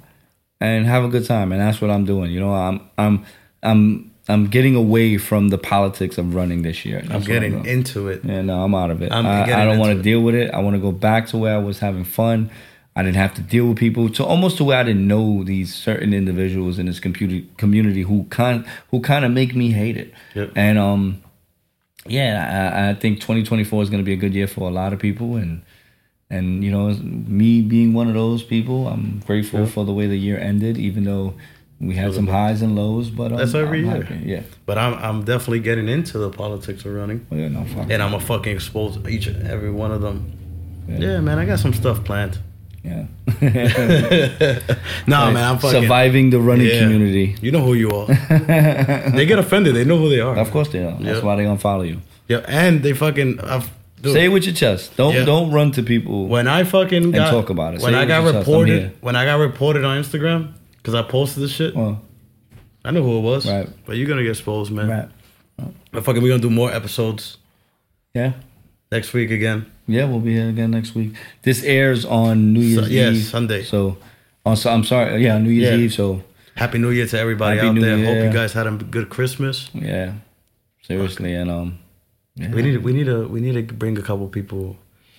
Speaker 2: and have a good time, and that's what I'm doing. You know, I'm I'm I'm I'm getting away from the politics of running this year. That's
Speaker 1: I'm
Speaker 2: what doing.
Speaker 1: getting into it.
Speaker 2: Yeah, no, I'm out of it.
Speaker 1: I'm
Speaker 2: I,
Speaker 1: getting
Speaker 2: I don't
Speaker 1: into
Speaker 2: want
Speaker 1: it.
Speaker 2: to deal with it. I want to go back to where I was having fun. I didn't have to deal with people to almost to where I didn't know these certain individuals in this computer community who kind who kind of make me hate it.
Speaker 1: Yep.
Speaker 2: And um, yeah, I, I think 2024 is going to be a good year for a lot of people, and and you know, me being one of those people, I'm grateful for the way the year ended, even though we had some highs and lows. But um,
Speaker 1: That's every
Speaker 2: I'm
Speaker 1: year.
Speaker 2: happy. Yeah.
Speaker 1: But I'm I'm definitely getting into the politics of running,
Speaker 2: Well, yeah, no, fuck.
Speaker 1: and I'm gonna fucking expose each and every one of them.
Speaker 2: Yeah.
Speaker 1: Yeah, man, I got some stuff
Speaker 2: <laughs>
Speaker 1: planned. <laughs>
Speaker 2: yeah. <laughs>
Speaker 1: no, man, I'm fucking
Speaker 2: surviving the running
Speaker 1: Yeah.
Speaker 2: community. <laughs>
Speaker 1: You know who you are. they get offended. They know who they are.
Speaker 2: Of course they are. That's
Speaker 1: Yeah.
Speaker 2: why they gonna follow you.
Speaker 1: Yeah, and they fucking. I've, dude,
Speaker 2: Say it with your chest. Don't
Speaker 1: Yeah.
Speaker 2: don't run to people.
Speaker 1: when I fucking got,
Speaker 2: talk about it.
Speaker 1: When
Speaker 2: Say
Speaker 1: I
Speaker 2: it
Speaker 1: got
Speaker 2: with yourself. I'm here.
Speaker 1: reported, when I got reported on Instagram because I posted this shit.
Speaker 2: Well,
Speaker 1: I know who it was.
Speaker 2: Right.
Speaker 1: But you're gonna get exposed, man.
Speaker 2: right.
Speaker 1: But fucking, we're gonna do more episodes
Speaker 2: Yeah.
Speaker 1: next week again.
Speaker 2: Yeah, we'll be here again next week. This airs on New Year's
Speaker 1: So- yes,
Speaker 2: Eve.
Speaker 1: Sunday.
Speaker 2: So, on, so I'm sorry. Yeah, New Year's
Speaker 1: Yeah.
Speaker 2: Eve. So
Speaker 1: Happy New Year to everybody
Speaker 2: Happy
Speaker 1: out
Speaker 2: New
Speaker 1: there.
Speaker 2: Year.
Speaker 1: Hope you guys had a good Christmas.
Speaker 2: yeah, seriously, and um, yeah,
Speaker 1: We need we need a we need to bring a couple people.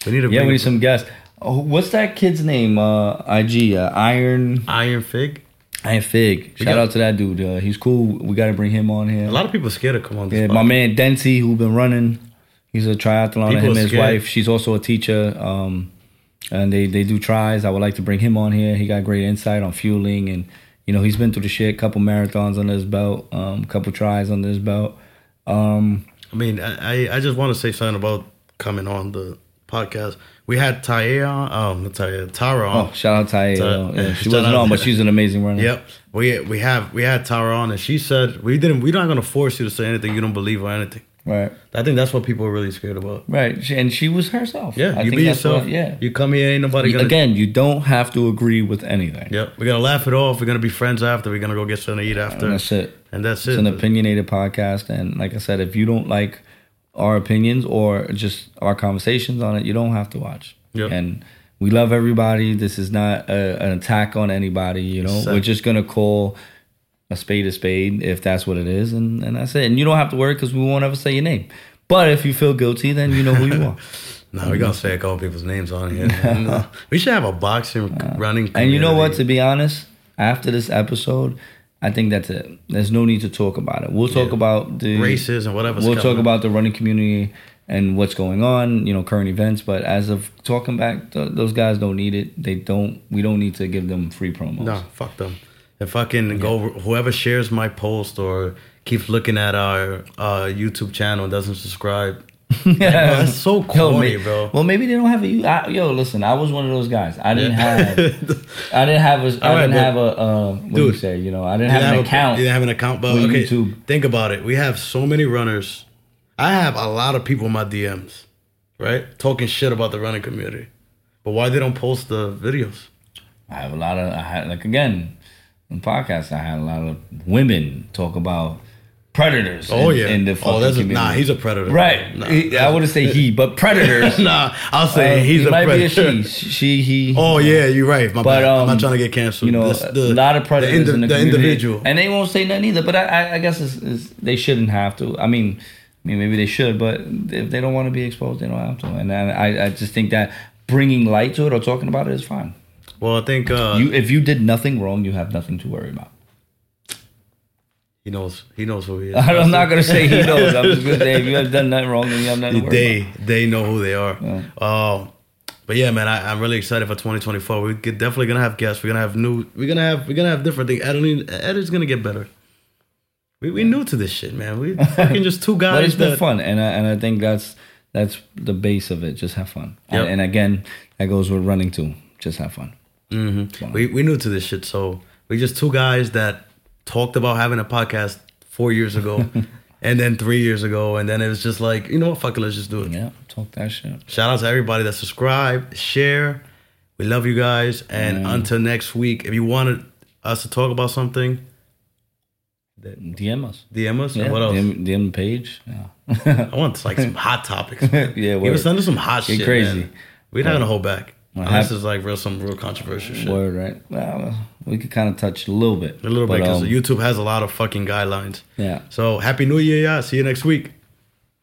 Speaker 1: We need to
Speaker 2: yeah,
Speaker 1: bring
Speaker 2: we need some guests. Oh, what's that kid's name? Uh, IG uh, Iron
Speaker 1: Iron Fig.
Speaker 2: Iron Fig. Shout
Speaker 1: got-
Speaker 2: out to that dude. Uh, he's cool. We got to bring him on here.
Speaker 1: A lot of people scared to come on. This
Speaker 2: Yeah,
Speaker 1: podcast.
Speaker 2: my man Denti, who been running. He's a triathlon.
Speaker 1: People
Speaker 2: him and
Speaker 1: are
Speaker 2: his
Speaker 1: scared.
Speaker 2: wife. She's also a teacher. Um, and they they do tries. I would like to bring him on here. He got great insight on fueling, and you know he's been through the shit. Couple marathons under his belt. Um, couple tries under his belt. Um,
Speaker 1: I mean, I I- I just want to say something about coming on the podcast. We had Taya, on- um, not Taya, Tara on.
Speaker 2: oh, shout out Ty.
Speaker 1: So-
Speaker 2: yeah, she
Speaker 1: shout
Speaker 2: wasn't
Speaker 1: out.
Speaker 2: on, but she's an amazing runner.
Speaker 1: Yep. We we have we had Tara on, and she said we didn't. We're not gonna force you to say anything you don't believe or anything.
Speaker 2: Right.
Speaker 1: I think that's what people are really scared about.
Speaker 2: Right. She, and she was herself.
Speaker 1: Yeah,
Speaker 2: I
Speaker 1: you
Speaker 2: think
Speaker 1: be
Speaker 2: that's
Speaker 1: yourself.
Speaker 2: what- yeah.
Speaker 1: you come here, ain't nobody gonna.
Speaker 2: Again, you don't have to agree with anything.
Speaker 1: Yep, we're gonna laugh it off. We're gonna be friends after. We're gonna go get something to eat after,
Speaker 2: And that's it.
Speaker 1: and that's
Speaker 2: It's
Speaker 1: it.
Speaker 2: an opinionated podcast, and like I said, if you don't like our opinions or just our conversations on it, you don't have to watch.
Speaker 1: Yep.
Speaker 2: And we love everybody. This is not a, an attack on anybody. You know,
Speaker 1: Exactly.
Speaker 2: we're just gonna call a spade a spade if that's what it is, and and that's it. And you don't have to worry because we won't ever say your name. But if you feel guilty, then you know who
Speaker 1: <laughs>
Speaker 2: you are.
Speaker 1: No, we're gonna say a couple people's names on
Speaker 2: <laughs>
Speaker 1: here. And, uh, we should have a boxing running.
Speaker 2: And you know what?
Speaker 1: community.
Speaker 2: To be honest, after this episode, I think that's it. There's no need to talk about it. We'll talk
Speaker 1: Yeah.
Speaker 2: about the
Speaker 1: Races and whatever's
Speaker 2: We'll talk
Speaker 1: coming.
Speaker 2: about the running community and what's going on. You know, current events. But as of talking back, th- those guys don't need it. They don't. We don't need to give them free promos. <laughs>
Speaker 1: No, fuck them. And fucking go. Whoever shares my post or keeps looking at our uh, YouTube channel and doesn't
Speaker 2: <laughs>
Speaker 1: subscribe, that's so corny,
Speaker 2: may-
Speaker 1: bro.
Speaker 2: Well, maybe they don't have a. you- I- yo, listen, I was one of those guys. I didn't have.
Speaker 1: <laughs>
Speaker 2: I didn't have a. I
Speaker 1: All right,
Speaker 2: didn't
Speaker 1: but-
Speaker 2: have a. Uh, what do you
Speaker 1: Dude,
Speaker 2: say? You know, I didn't
Speaker 1: You
Speaker 2: have an
Speaker 1: a-
Speaker 2: account.
Speaker 1: You didn't have an account, but
Speaker 2: with
Speaker 1: okay.
Speaker 2: YouTube.
Speaker 1: Think about it. We have so many runners. I have a lot of people in my DMs, right? Talking shit about the running community, but why they don't post the videos?
Speaker 2: I have a lot of I had like again in podcasts I had a lot of women talk about predators.
Speaker 1: Oh
Speaker 2: in-
Speaker 1: yeah.
Speaker 2: in the
Speaker 1: oh,
Speaker 2: fucking
Speaker 1: that's a,
Speaker 2: community.
Speaker 1: nah. He's a predator.
Speaker 2: right.
Speaker 1: Nah,
Speaker 2: He- I wouldn't say he,
Speaker 1: <laughs>
Speaker 2: but <laughs> predators.
Speaker 1: nah. I'll
Speaker 2: Uh,
Speaker 1: say he's
Speaker 2: he
Speaker 1: a
Speaker 2: might
Speaker 1: predator.
Speaker 2: be a she. She, he.
Speaker 1: Oh yeah, you're right. My
Speaker 2: But
Speaker 1: bad.
Speaker 2: um,
Speaker 1: I'm not trying to get canceled.
Speaker 2: You know,
Speaker 1: This-
Speaker 2: a lot of predators
Speaker 1: indi-
Speaker 2: in the, community.
Speaker 1: individual.
Speaker 2: and they won't say nothing either. But I, I, I guess it's, it's, they shouldn't have to. I mean, I mean, maybe they should, but if they don't want to be exposed, they don't have to. And I, I just think that bringing light to it or talking about it is fine.
Speaker 1: Well, I think uh,
Speaker 2: You, if you did nothing wrong, you have nothing to worry about. <laughs>
Speaker 1: he knows. He knows who
Speaker 2: <laughs>
Speaker 1: he is.
Speaker 2: I'm not gonna say he knows. I'm just gonna say if you have done nothing wrong, then you have nothing. to worry
Speaker 1: they they know who they are. Um, but yeah, man, I, I'm really excited for 2024. We're definitely gonna have guests. We're gonna have new. We're gonna have we're gonna have different things. Edit, edit's gonna get better. We we new to this shit, man.
Speaker 2: <laughs>
Speaker 1: We fucking just two guys.
Speaker 2: about. But it's been
Speaker 1: that-
Speaker 2: fun, and I, and I think that's that's the base of it. Just have fun.
Speaker 1: Yep.
Speaker 2: And, and again, that goes with running too. Just have fun.
Speaker 1: Mhm. We we new to this shit, so we just two guys that talked about having a podcast four years
Speaker 2: <laughs>
Speaker 1: ago, and then three years ago, and then it was just like you know what, fuck it, let's just do it.
Speaker 2: Yeah, talk that shit.
Speaker 1: Shout out to everybody that subscribe, share. We love you guys. And
Speaker 2: Mm.
Speaker 1: until next week, if you wanted us to talk about something,
Speaker 2: DM us.
Speaker 1: DM us.
Speaker 2: Yeah.
Speaker 1: And what else?
Speaker 2: DM, DM page. Yeah.
Speaker 1: I want like some hot topics. Man.
Speaker 2: <laughs> Yeah,
Speaker 1: you can
Speaker 2: word.
Speaker 1: send us some hot
Speaker 2: Get
Speaker 1: shit.
Speaker 2: crazy.
Speaker 1: man. We're not gonna hold back.
Speaker 2: What
Speaker 1: Unless
Speaker 2: hap-
Speaker 1: it's like real some real controversial shit.
Speaker 2: Word right. Well, we could kind of touch a little bit.
Speaker 1: A little bit
Speaker 2: But,
Speaker 1: because
Speaker 2: um,
Speaker 1: YouTube has a lot of fucking guidelines.
Speaker 2: Yeah.
Speaker 1: So happy New Year, yeah. See you next week.